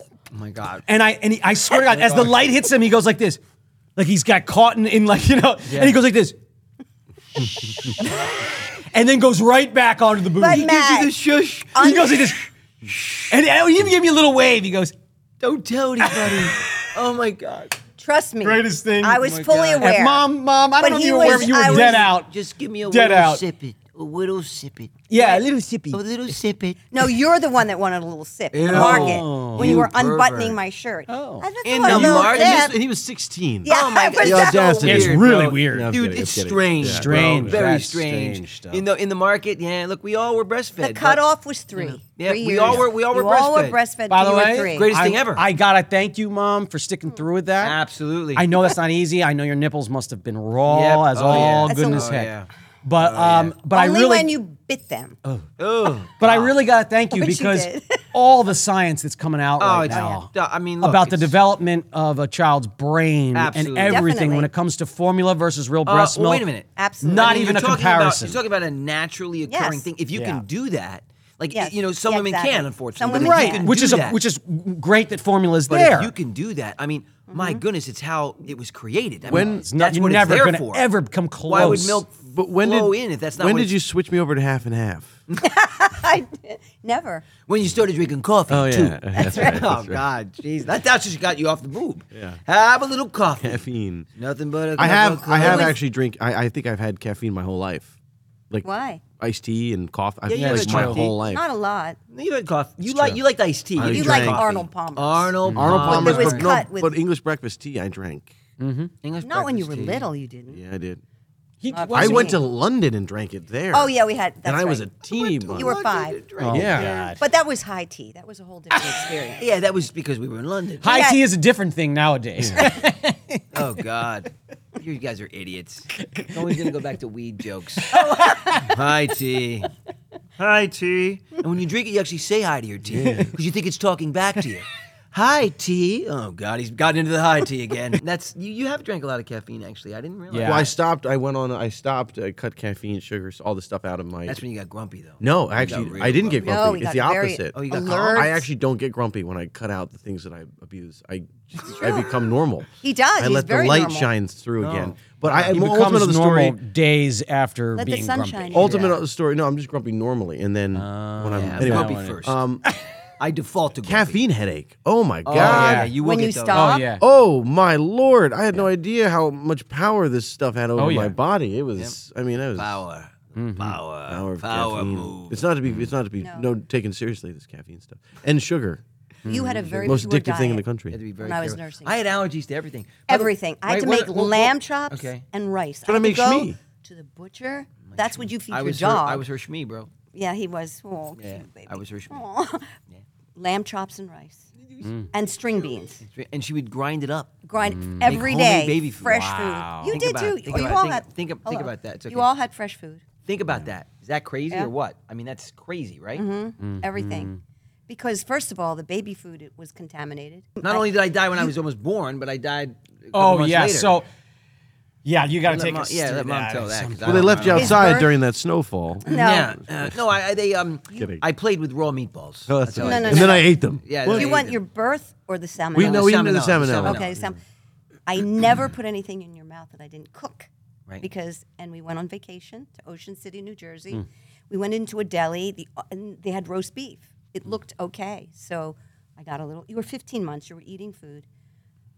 Speaker 1: oh my God.
Speaker 2: And I and he, I swear to
Speaker 1: Oh
Speaker 2: God, as the light hits him, he goes like this, like he's got caught in, in like you know, and he goes like this, and then goes right back onto the booth.
Speaker 4: But
Speaker 2: he
Speaker 4: Matt-
Speaker 1: Jesus, shush.
Speaker 2: he goes like this, and and he even gave me a little wave. He goes,
Speaker 1: Don't tell anybody. oh my God.
Speaker 4: Trust me.
Speaker 2: Greatest thing.
Speaker 4: I was
Speaker 2: Oh my
Speaker 4: fully
Speaker 2: God.
Speaker 4: aware.
Speaker 2: "Mom, mom, I
Speaker 4: But
Speaker 2: don't know if
Speaker 4: he
Speaker 2: you were aware,
Speaker 4: was-
Speaker 2: but you were
Speaker 4: I was-
Speaker 2: dead out.
Speaker 1: Just give me a
Speaker 2: Dead
Speaker 1: little
Speaker 2: out.
Speaker 1: sippet. A little sippet.
Speaker 2: yeah, a little sippy.
Speaker 1: A little sippet.
Speaker 4: No, you're the one that wanted a little sip in the market when you
Speaker 1: You
Speaker 4: were unbuttoning
Speaker 1: pervert.
Speaker 4: my shirt. Oh, I just
Speaker 1: In
Speaker 4: want a
Speaker 1: the
Speaker 4: little
Speaker 1: market?
Speaker 4: sip.
Speaker 3: And he was 16.
Speaker 4: Yeah,
Speaker 1: Oh my
Speaker 4: I
Speaker 1: god,
Speaker 4: was
Speaker 3: The
Speaker 4: just-
Speaker 3: audacity.
Speaker 2: It's
Speaker 1: weird,
Speaker 2: really
Speaker 1: bro.
Speaker 2: weird.
Speaker 3: No, I'm
Speaker 1: dude.
Speaker 3: kidding, I'm
Speaker 1: it's
Speaker 3: kidding.
Speaker 1: strange,
Speaker 3: Yeah,
Speaker 2: Strange.
Speaker 1: bro. very
Speaker 2: That's
Speaker 1: strange.
Speaker 2: strange stuff.
Speaker 1: in the in the market, yeah. Look, we all were breastfed.
Speaker 4: The
Speaker 1: but-
Speaker 4: cutoff was three.
Speaker 1: Mm-hmm. Yeah,
Speaker 4: Three
Speaker 1: we all
Speaker 4: years.
Speaker 1: were- we all were
Speaker 4: you All were
Speaker 1: breastfed.
Speaker 4: breastfed.
Speaker 2: By the
Speaker 4: till you were
Speaker 2: way,
Speaker 4: three.
Speaker 1: Greatest
Speaker 2: I-
Speaker 1: thing ever.
Speaker 2: I gotta thank you, mom, for sticking
Speaker 4: Mm.
Speaker 2: through with that.
Speaker 1: Absolutely.
Speaker 2: I know that's not easy. I know your nipples must have been raw
Speaker 1: Yep.
Speaker 2: as
Speaker 1: Oh,
Speaker 2: all
Speaker 1: yeah.
Speaker 4: That's a
Speaker 2: goodness
Speaker 4: lot.
Speaker 2: heck.
Speaker 1: Oh, yeah.
Speaker 2: But um, but
Speaker 4: Only
Speaker 2: I really
Speaker 4: when you bit them.
Speaker 1: Oh,
Speaker 2: But I really gotta thank you
Speaker 4: Which you
Speaker 2: because
Speaker 4: did.
Speaker 2: all the science that's coming out right
Speaker 1: Oh, it's-
Speaker 2: now.
Speaker 1: yeah, I mean, look,
Speaker 2: about the
Speaker 1: it's-
Speaker 2: development of a child's brain
Speaker 1: Absolutely.
Speaker 2: and everything when
Speaker 4: Definitely.
Speaker 2: it comes to formula versus real
Speaker 1: Uh,
Speaker 2: breast
Speaker 1: well,
Speaker 2: milk.
Speaker 1: Wait a minute.
Speaker 4: Absolutely.
Speaker 2: Not
Speaker 4: I mean,
Speaker 2: even
Speaker 1: you're
Speaker 2: a
Speaker 1: talking
Speaker 2: comparison.
Speaker 1: About, you're talking about a naturally occurring
Speaker 4: Yes.
Speaker 1: thing. If you
Speaker 2: Yeah.
Speaker 1: can do that, like
Speaker 4: Yes.
Speaker 1: you know, some
Speaker 4: Yeah,
Speaker 1: women
Speaker 4: exactly.
Speaker 1: can,
Speaker 4: Some
Speaker 1: unfortunately.
Speaker 4: women
Speaker 1: but if you
Speaker 2: right,
Speaker 4: can.
Speaker 1: can
Speaker 2: which
Speaker 1: do
Speaker 2: is a,
Speaker 1: that-
Speaker 2: which is great that formula is
Speaker 1: But
Speaker 2: there.
Speaker 1: if you can do that, I mean, my
Speaker 4: Mm-hmm.
Speaker 1: goodness, it's how it was created. I mean,
Speaker 3: When-
Speaker 1: that's
Speaker 3: It's
Speaker 2: not- you're
Speaker 1: what
Speaker 2: never
Speaker 1: it's there
Speaker 2: gonna
Speaker 1: for.
Speaker 2: ever come
Speaker 1: Why would
Speaker 2: close.
Speaker 1: milk
Speaker 3: But when
Speaker 1: flow
Speaker 3: did
Speaker 1: in if that's not
Speaker 3: when
Speaker 1: what
Speaker 3: did
Speaker 1: it's-
Speaker 3: you switch me over to half and half?
Speaker 4: I never.
Speaker 1: when you started drinking coffee
Speaker 3: Oh, yeah.
Speaker 1: too?
Speaker 3: That's right,
Speaker 1: oh
Speaker 3: that's right.
Speaker 1: God, jeez, that that's just got you off the boob. Yeah. Have a little coffee.
Speaker 3: Caffeine.
Speaker 1: Nothing but a
Speaker 3: I have I have
Speaker 4: was-
Speaker 3: actually drink. I, I think I've had caffeine my whole life. Like
Speaker 4: Why?
Speaker 3: Iced tea and coffee. I've
Speaker 1: Yeah,
Speaker 3: yeah,
Speaker 1: you
Speaker 3: like
Speaker 1: had
Speaker 3: my
Speaker 1: coffee.
Speaker 3: whole life.
Speaker 4: Not a lot.
Speaker 1: You like coffee. You like you like iced tea.
Speaker 3: I
Speaker 4: You
Speaker 3: drank-
Speaker 4: like Arnold Palmer.
Speaker 1: Arnold. Mm-hmm.
Speaker 3: Arnold
Speaker 4: Palmer's
Speaker 3: Palmer's
Speaker 4: But it was
Speaker 3: but,
Speaker 4: cut
Speaker 3: no,
Speaker 4: with-
Speaker 3: but English breakfast tea I drank.
Speaker 1: English
Speaker 4: Not when you were
Speaker 1: breakfast tea.
Speaker 4: little, you didn't.
Speaker 3: Yeah, I did.
Speaker 2: He-
Speaker 4: Not
Speaker 2: well,
Speaker 3: I
Speaker 4: Wasn't
Speaker 3: went
Speaker 4: it?
Speaker 3: to London and drank it there.
Speaker 4: Oh yeah, we had. That's
Speaker 3: and I was a
Speaker 4: right.
Speaker 3: teeny.
Speaker 4: You
Speaker 3: bun.
Speaker 4: were five,
Speaker 3: Oh, yeah.
Speaker 4: Oh, but that was high tea. That was a whole different experience.
Speaker 1: Yeah, that was because we were in London.
Speaker 2: high
Speaker 4: Yeah.
Speaker 2: tea is a different thing nowadays.
Speaker 1: Oh God, you guys are idiots. No one's gonna go back to weed jokes. hi tea, hi tea. And when you drink it, you actually say hi to your tea because you think it's talking back to you. Hi tea. Oh God, he's gotten into the high tea again. That's you. You have drank a lot of caffeine actually. I didn't realize.
Speaker 2: Yeah.
Speaker 3: Well, I stopped. I went on. I stopped. I cut caffeine, sugars, all the stuff out of my.
Speaker 1: That's when you got grumpy though.
Speaker 3: no, actually,
Speaker 1: real
Speaker 3: I didn't get
Speaker 4: No,
Speaker 3: grumpy.
Speaker 4: we
Speaker 3: it's
Speaker 4: got
Speaker 3: the
Speaker 4: very
Speaker 3: opposite.
Speaker 1: Oh, you got
Speaker 4: alert.
Speaker 3: I actually don't get grumpy when I cut out the things that I abuse. I I become normal.
Speaker 4: He does.
Speaker 3: I
Speaker 4: He's
Speaker 3: let
Speaker 4: very
Speaker 3: the light
Speaker 4: normal.
Speaker 3: shine through again. But I
Speaker 2: He
Speaker 3: am
Speaker 2: becomes
Speaker 3: ultimate of the
Speaker 2: normal
Speaker 3: story.
Speaker 2: days after
Speaker 4: Let the
Speaker 2: being
Speaker 4: sun
Speaker 2: grumpy.
Speaker 4: shine in.
Speaker 3: Ultimate of the story. No, I'm just grumpy normally, and then when I'm
Speaker 1: Oh, Yeah,
Speaker 3: anyway.
Speaker 1: grumpy first.
Speaker 3: Um,
Speaker 1: I default to grumpy.
Speaker 3: caffeine headache. Oh my
Speaker 1: Oh,
Speaker 3: god.
Speaker 1: yeah, you will
Speaker 4: When
Speaker 1: get
Speaker 4: you
Speaker 1: those.
Speaker 4: stop.
Speaker 2: Oh yeah.
Speaker 3: Oh my lord! I had no idea how much power this stuff had over
Speaker 2: Oh, yeah.
Speaker 3: my body. It was, I mean, it was
Speaker 1: Power, power,
Speaker 3: Mm-hmm. power
Speaker 1: power,
Speaker 3: of caffeine.
Speaker 1: move.
Speaker 3: It's not to be, it's not to be no. taken seriously. This caffeine stuff and sugar,
Speaker 4: You had a
Speaker 1: Mm.
Speaker 4: very
Speaker 3: most
Speaker 4: pure
Speaker 3: addictive thing in the
Speaker 4: diet.
Speaker 3: country.
Speaker 1: You had to be very
Speaker 4: When I was
Speaker 1: careful.
Speaker 4: nursing.
Speaker 1: I had allergies to everything. By the-
Speaker 4: Everything. I had
Speaker 1: Wait,
Speaker 4: to
Speaker 1: what-
Speaker 4: make
Speaker 1: what- what-
Speaker 4: lamb chops
Speaker 1: Okay.
Speaker 4: and rice.
Speaker 3: That's what
Speaker 4: I had
Speaker 3: I
Speaker 4: to
Speaker 3: make
Speaker 4: go
Speaker 3: shmi.
Speaker 4: to the butcher. That's what you feed
Speaker 1: I
Speaker 4: your
Speaker 1: was her,
Speaker 4: dog.
Speaker 1: I was her shmee, bro.
Speaker 4: yeah, he was. Oh, cute
Speaker 1: Yeah,
Speaker 4: baby.
Speaker 1: I was her shmee.
Speaker 4: Aw. Lamb chops and rice
Speaker 1: Mm.
Speaker 4: and string beans.
Speaker 1: and she would grind it up.
Speaker 4: Grind
Speaker 1: Make
Speaker 4: every
Speaker 1: homemade
Speaker 4: day.
Speaker 1: baby food.
Speaker 4: Fresh
Speaker 2: Wow.
Speaker 4: food. You
Speaker 1: Think
Speaker 4: did
Speaker 1: about
Speaker 4: too.
Speaker 1: it. Think
Speaker 4: you
Speaker 1: about it.
Speaker 4: all
Speaker 1: Think-
Speaker 4: had.
Speaker 1: think ab- think
Speaker 4: hello.
Speaker 1: about that. It's
Speaker 4: You
Speaker 1: okay.
Speaker 4: all had fresh food.
Speaker 1: Think about that. Is that crazy
Speaker 4: Yeah. Mm-hmm.
Speaker 1: or what? I mean, that's crazy, right? Mm.
Speaker 4: Everything. Because first of all, the baby food it was contaminated.
Speaker 1: Not only did I die when I was almost born, but I died. a couple
Speaker 2: Oh
Speaker 1: months
Speaker 2: yeah.
Speaker 1: later.
Speaker 2: So yeah, you got to
Speaker 1: Let
Speaker 2: take
Speaker 1: mom-
Speaker 2: us
Speaker 1: yeah,
Speaker 2: through
Speaker 1: let mom
Speaker 2: that
Speaker 1: tell that.
Speaker 2: some-
Speaker 1: 'cause I
Speaker 3: well,
Speaker 1: don't
Speaker 3: they left you
Speaker 1: remember.
Speaker 4: His
Speaker 3: outside
Speaker 4: birth-
Speaker 3: during that snowfall.
Speaker 4: no.
Speaker 1: Yeah, uh, no, I I- they um,
Speaker 3: Kidding.
Speaker 1: I played with raw meatballs.
Speaker 3: Oh,
Speaker 1: That's
Speaker 3: that's
Speaker 1: how
Speaker 3: all
Speaker 1: I
Speaker 3: right.
Speaker 4: No, no,
Speaker 1: did
Speaker 3: and
Speaker 1: it.
Speaker 4: no.
Speaker 3: then I ate them.
Speaker 1: Yeah,
Speaker 4: Do
Speaker 1: that's
Speaker 4: you
Speaker 1: how
Speaker 4: want
Speaker 1: did
Speaker 4: your
Speaker 1: it.
Speaker 4: birth or the salmon?
Speaker 3: We know we didn't do the
Speaker 1: salmonella,
Speaker 3: salmonella.
Speaker 1: salmonella.
Speaker 4: Okay, Sam. I never put anything in your mouth that I didn't cook.
Speaker 1: Right.
Speaker 4: Because, and we went on vacation to Ocean City, New Jersey. We went into a deli, the, and they had roast beef. It looked okay. So I got a little, you were 15 months, you were eating food.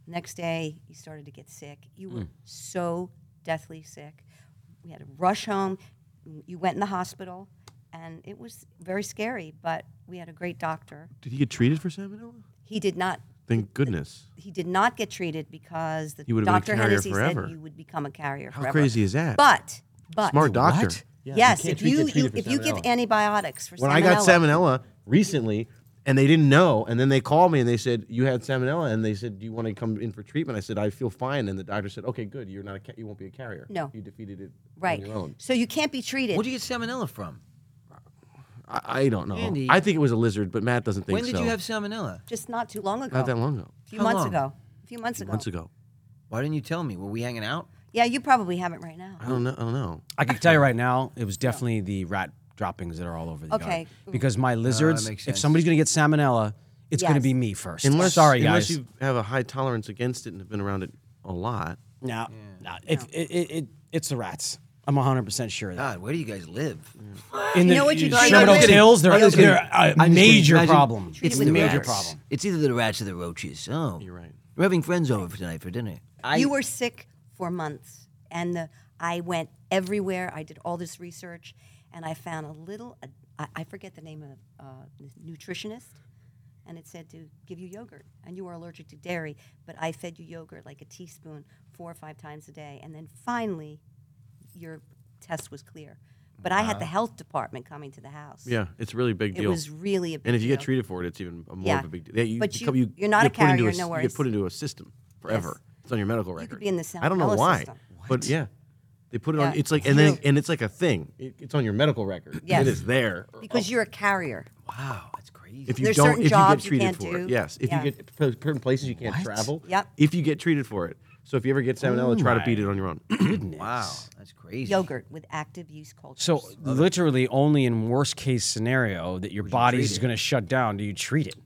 Speaker 4: Next day, you started to get sick. You were so deathly sick. We had to rush home. You went in the hospital, and it was very scary, but we had a great doctor.
Speaker 3: Did he get treated for salmonella?
Speaker 4: He did not
Speaker 3: Thank goodness.
Speaker 4: he did not get treated because the
Speaker 3: You would have been a
Speaker 4: doctor
Speaker 3: carrier
Speaker 4: Hennessy
Speaker 3: forever.
Speaker 4: said you would become a carrier
Speaker 3: How
Speaker 4: forever.
Speaker 3: crazy is that?
Speaker 4: But but
Speaker 3: Smart doctor.
Speaker 2: What?
Speaker 4: yes, if you, you if you give antibiotics for
Speaker 3: When
Speaker 4: salmonella,
Speaker 3: I got salmonella recently, and they didn't know, and then they called me and they said you had salmonella, and they said, "Do you want to come in for treatment?" I said, "I feel fine," and the doctor said, "Okay, good. You're not. A ca- you won't be a carrier.
Speaker 4: No.
Speaker 3: you defeated it
Speaker 4: right,
Speaker 3: on your own."
Speaker 4: so you can't be treated.
Speaker 1: Where'd you get salmonella from?
Speaker 3: I, I don't know.
Speaker 1: Andy.
Speaker 3: I think it was a lizard, but Matt doesn't think
Speaker 1: When did
Speaker 3: so.
Speaker 1: you have salmonella?
Speaker 4: just not too long ago.
Speaker 3: Not that long ago.
Speaker 4: A few
Speaker 1: How
Speaker 4: months
Speaker 1: long?
Speaker 4: ago. A few months ago.
Speaker 3: Months ago.
Speaker 1: Why didn't you tell me? Were we hanging out?
Speaker 4: Yeah, you probably have it right now.
Speaker 3: I don't know. I don't know.
Speaker 2: I can tell you right now, it was definitely the rat droppings that are all over the
Speaker 4: Okay.
Speaker 2: yard. Because my lizards,
Speaker 1: makes
Speaker 2: if
Speaker 1: sense.
Speaker 2: somebody's gonna get salmonella, it's gonna
Speaker 4: Yes.
Speaker 2: be me first.
Speaker 3: Unless
Speaker 2: Sorry,
Speaker 3: unless
Speaker 2: guys.
Speaker 3: you have a high tolerance against it and have been around it a lot.
Speaker 2: no, no, it, it, it, it, it's the rats. I'm 100 percent sure of that.
Speaker 1: God, where do you guys live?
Speaker 2: In the
Speaker 4: know what you do? I'm
Speaker 2: Sherman
Speaker 4: just
Speaker 2: Oaks
Speaker 4: kidding.
Speaker 2: Hills, they're,
Speaker 1: I'm just
Speaker 2: they're
Speaker 1: kidding.
Speaker 2: a
Speaker 1: I'm just
Speaker 2: major
Speaker 1: kidding. Imagine-
Speaker 2: problem.
Speaker 4: Treat it
Speaker 2: It's
Speaker 4: with
Speaker 2: a major
Speaker 4: rats.
Speaker 2: problem.
Speaker 1: It's either the rats or the roaches. Oh, you're
Speaker 3: right.
Speaker 1: We're having friends over tonight for dinner. I,
Speaker 4: you were sick for months, and the, I went everywhere. I did all this research, and I found a little. I, I forget the name of uh, this nutritionist, and it said to give you yogurt, and you were allergic to dairy, but I fed you yogurt like a teaspoon four or five times a day, and then finally, your test was clear. But I had the health department coming to the house.
Speaker 3: Yeah, it's a really big
Speaker 4: it
Speaker 3: deal.
Speaker 4: was really a big
Speaker 3: and if you
Speaker 4: deal.
Speaker 3: get treated for it, it's even more
Speaker 4: Yeah.
Speaker 3: of a big deal. Yeah, you
Speaker 4: But
Speaker 3: become,
Speaker 4: you-
Speaker 3: you,
Speaker 4: you're not a
Speaker 3: get put into
Speaker 4: carrier,
Speaker 3: s-
Speaker 4: no
Speaker 3: You
Speaker 4: worries.
Speaker 3: get put into a system forever. It's on your medical record.
Speaker 4: be in the
Speaker 3: I don't know
Speaker 4: salmonella
Speaker 3: why,
Speaker 4: system.
Speaker 3: but yeah, they put it on.
Speaker 4: Yeah.
Speaker 3: It's like and then and it's like a thing. It, it's on your medical record.
Speaker 4: Yes.
Speaker 3: It is there.
Speaker 4: because you're a carrier.
Speaker 1: wow, that's crazy.
Speaker 2: crazy.
Speaker 3: If you
Speaker 4: There's
Speaker 3: don't,
Speaker 4: certain
Speaker 3: if you get
Speaker 4: jobs you
Speaker 3: treated
Speaker 4: can't
Speaker 3: for it,
Speaker 4: do.
Speaker 3: yes. If
Speaker 4: Yeah.
Speaker 3: you get p- certain places you can't travel,
Speaker 4: Yep.
Speaker 3: if you get treated for it. So if you ever get salmonella, try to beat it on your own.
Speaker 1: Wow, that's crazy.
Speaker 4: Yogurt with active use cultures.
Speaker 2: So literally, only in worst case scenario that your body is going to shut down do you treat it.